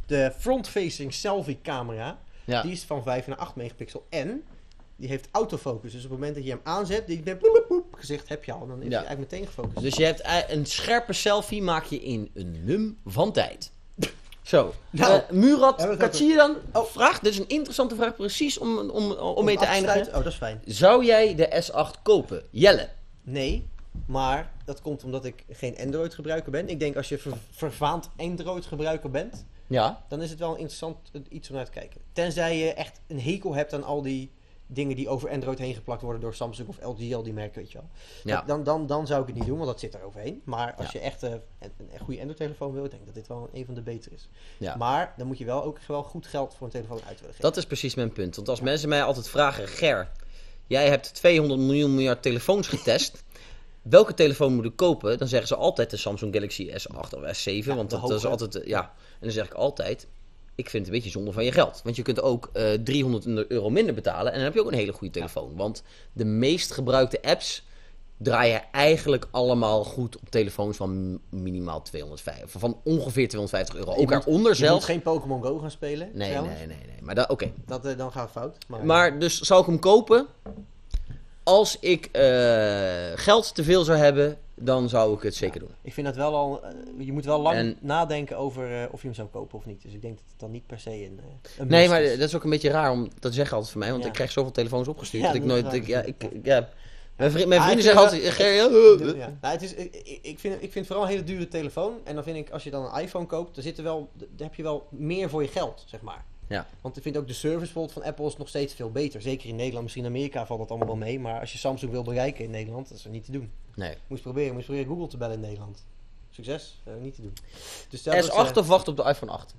Speaker 1: De front-facing selfie camera,
Speaker 2: Ja.
Speaker 1: die is van 5 naar 8 megapixel. En die heeft autofocus. Dus op het moment dat je hem aanzet, die denkt, boep, boep, boep, gezicht heb je al. Dan is
Speaker 2: Ja.
Speaker 1: hij eigenlijk meteen gefocust.
Speaker 2: Dus je hebt ei- een scherpe selfie maak je in een mum van tijd. Zo.
Speaker 1: Nou.
Speaker 2: Eh, Murat,
Speaker 1: Ja, dat
Speaker 2: wat zie je dan? Oh, vraag. Dit is een interessante vraag, precies om, om, om, mee
Speaker 1: Om
Speaker 2: te
Speaker 1: af
Speaker 2: eindigen.
Speaker 1: sluiten- Oh, dat is fijn.
Speaker 2: Zou jij de S8 kopen? Jelle.
Speaker 1: Nee, maar dat komt omdat ik geen Android-gebruiker ben. Ik denk als je ver- vervaand Android-gebruiker bent,
Speaker 2: Ja.
Speaker 1: dan is het wel een interessant eh, iets om naar te kijken. Tenzij je echt een hekel hebt aan al die dingen die over Android heen geplakt worden door Samsung of LG, al die merken, weet je wel.
Speaker 2: Ja.
Speaker 1: Dat- Dan, dan, dan zou ik het niet doen, want dat zit er overheen. Maar als
Speaker 2: Ja.
Speaker 1: je echt eh, een, een goede Android-telefoon wil, denk ik dat dit wel een van de betere is.
Speaker 2: ja.
Speaker 1: Maar dan moet je wel ook wel goed geld voor een telefoon uit willen geven.
Speaker 2: Dat is precies mijn punt. Want als mensen mij altijd vragen, Ger, jij hebt 200 miljoen miljard telefoons getest. Welke telefoon moet ik kopen? Dan zeggen ze altijd de Samsung Galaxy S8 of S7. want
Speaker 1: de
Speaker 2: dat, dat is
Speaker 1: hoge.
Speaker 2: altijd. eh, Ja. En dan zeg ik altijd. Ik vind het een beetje zonde van je geld. Want je kunt ook eh 300 euro minder betalen. En dan heb je ook een hele goede telefoon. Want de meest gebruikte apps draaien eigenlijk allemaal goed op telefoons van minimaal 250. Van ongeveer 250 euro. Ook
Speaker 1: moet-
Speaker 2: daaronder
Speaker 1: Je moet
Speaker 2: zelfs.
Speaker 1: geen Pokémon Go gaan spelen,
Speaker 2: Nee, nee,
Speaker 1: trouwens.
Speaker 2: nee, nee. Maar dat- oké.
Speaker 1: Dat, eh, dan gaat het fout. Maar,
Speaker 2: Maar dus zou ik hem kopen als ik eh, geld te veel zou hebben dan zou ik het zeker doen.
Speaker 1: Ik vind dat wel al. eh, je moet wel lang
Speaker 2: En-
Speaker 1: nadenken over eh, of je hem zou kopen of niet. Dus ik denk dat het dan niet per se een. eh, een
Speaker 2: Nee,
Speaker 1: must
Speaker 2: maar
Speaker 1: is.
Speaker 2: dat is ook een beetje raar om dat te zeggen altijd van mij, want
Speaker 1: Ja.
Speaker 2: ik krijg zoveel telefoons opgestuurd
Speaker 1: Ja,
Speaker 2: dat ik
Speaker 1: dat is
Speaker 2: nooit.
Speaker 1: waar.
Speaker 2: Ik, ja, ik, ik- ja. Mijn, vriend, mijn
Speaker 1: Ah,
Speaker 2: vrienden
Speaker 1: ik
Speaker 2: zeggen
Speaker 1: vind
Speaker 2: altijd: Ger, ja, eh, eh.
Speaker 1: Ja. Nou, het is, ik, ik- ik, vind, ik vind vooral een hele dure telefoon. En dan vind ik, als je dan een iPhone koopt, dan, zit er wel, dan heb je wel meer voor je geld, zeg maar.
Speaker 2: Ja.
Speaker 1: Want ik vind ook de service bijvoorbeeld van Apple is nog steeds veel beter. Zeker in Nederland, misschien in Amerika valt dat allemaal wel mee. Maar als je Samsung wil bereiken in Nederland, dat is er niet te doen.
Speaker 2: Nee.
Speaker 1: Moest proberen, moest proberen Google te bellen in Nederland. Succes, eh, niet te doen. Dus stel dat
Speaker 2: S8
Speaker 1: ze-
Speaker 2: of wacht op de iPhone 8?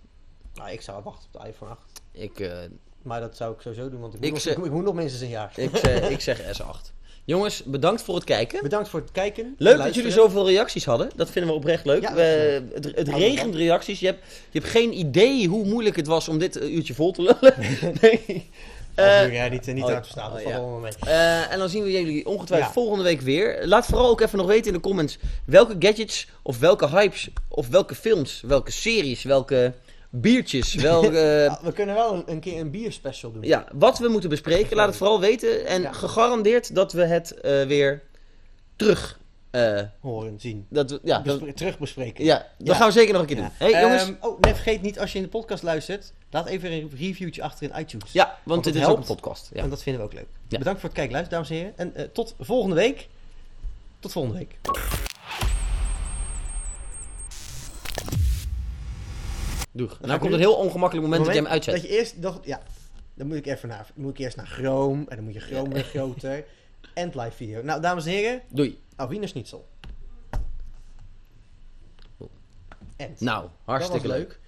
Speaker 1: nou, ik zou wachten op de iPhone 8.
Speaker 2: Ik, eh,
Speaker 1: Maar dat zou ik sowieso doen, want ik
Speaker 2: Ik
Speaker 1: moet, nog,
Speaker 2: zeg-
Speaker 1: ik, moet- ik moet nog minstens een jaar.
Speaker 2: ik, zeg- ik zeg S8. Jongens, bedankt voor het kijken.
Speaker 1: Bedankt voor het kijken.
Speaker 2: Leuk dat
Speaker 1: luisteren.
Speaker 2: jullie zoveel reacties hadden. Dat vinden we oprecht leuk.
Speaker 1: Ja, dat
Speaker 2: We- het het
Speaker 1: Houden we
Speaker 2: regent reacties. Je hebt, je hebt geen idee hoe moeilijk het was om dit eh, uurtje vol te lullen. nee.
Speaker 1: Half
Speaker 2: Eh,
Speaker 1: uur, ja, niet, niet
Speaker 2: oh,
Speaker 1: hard verstaan, dat
Speaker 2: oh,
Speaker 1: valt
Speaker 2: ja.
Speaker 1: allemaal mee.
Speaker 2: eh, en dan zien we jullie ongetwijfeld
Speaker 1: Ja.
Speaker 2: volgende week weer. Laat vooral ook even nog weten in de comments welke gadgets of welke hypes of welke films, welke series, welke biertjes, welke eh,
Speaker 1: Ja, Ah, we kunnen wel een, een keer een bierspecial doen.
Speaker 2: Ja, wat we moeten bespreken, laat het vooral weten. En
Speaker 1: Ja.
Speaker 2: gegarandeerd dat we het eh, weer terug. eh,
Speaker 1: Horen, zien.
Speaker 2: dat we- ja, dat,
Speaker 1: Bespre- terug bespreken.
Speaker 2: ja, dat
Speaker 1: Ja.
Speaker 2: gaan we zeker nog een keer doen. Hé hey, jongens,
Speaker 1: Ehm, oh, nee, vergeet niet, als je in de podcast luistert, laat even een reviewtje achter in iTunes.
Speaker 2: ja, want,
Speaker 1: want
Speaker 2: dit
Speaker 1: het
Speaker 2: is ook een
Speaker 1: helpt.
Speaker 2: podcast. Ja.
Speaker 1: En dat vinden we ook leuk.
Speaker 2: Ja.
Speaker 1: Bedankt voor het kijken, luisteren, dames en heren. En eh, tot volgende week. Tot volgende week.
Speaker 2: Doeg.
Speaker 1: ga
Speaker 2: Nou
Speaker 1: ik
Speaker 2: komt
Speaker 1: nu-
Speaker 2: een heel ongemakkelijk moment, dat jij hem
Speaker 1: Moment
Speaker 2: uitzet.
Speaker 1: Dat je eerst, dacht, ja, dan moet ik even naar, moet ik eerst naar Chrome. En dan moet je Chrome weer groter. En live video. Nou, dames en heren,
Speaker 2: Doei.
Speaker 1: Alwiener Schnitzel. End.
Speaker 2: Nou, hartstikke
Speaker 1: Dat was
Speaker 2: leuk.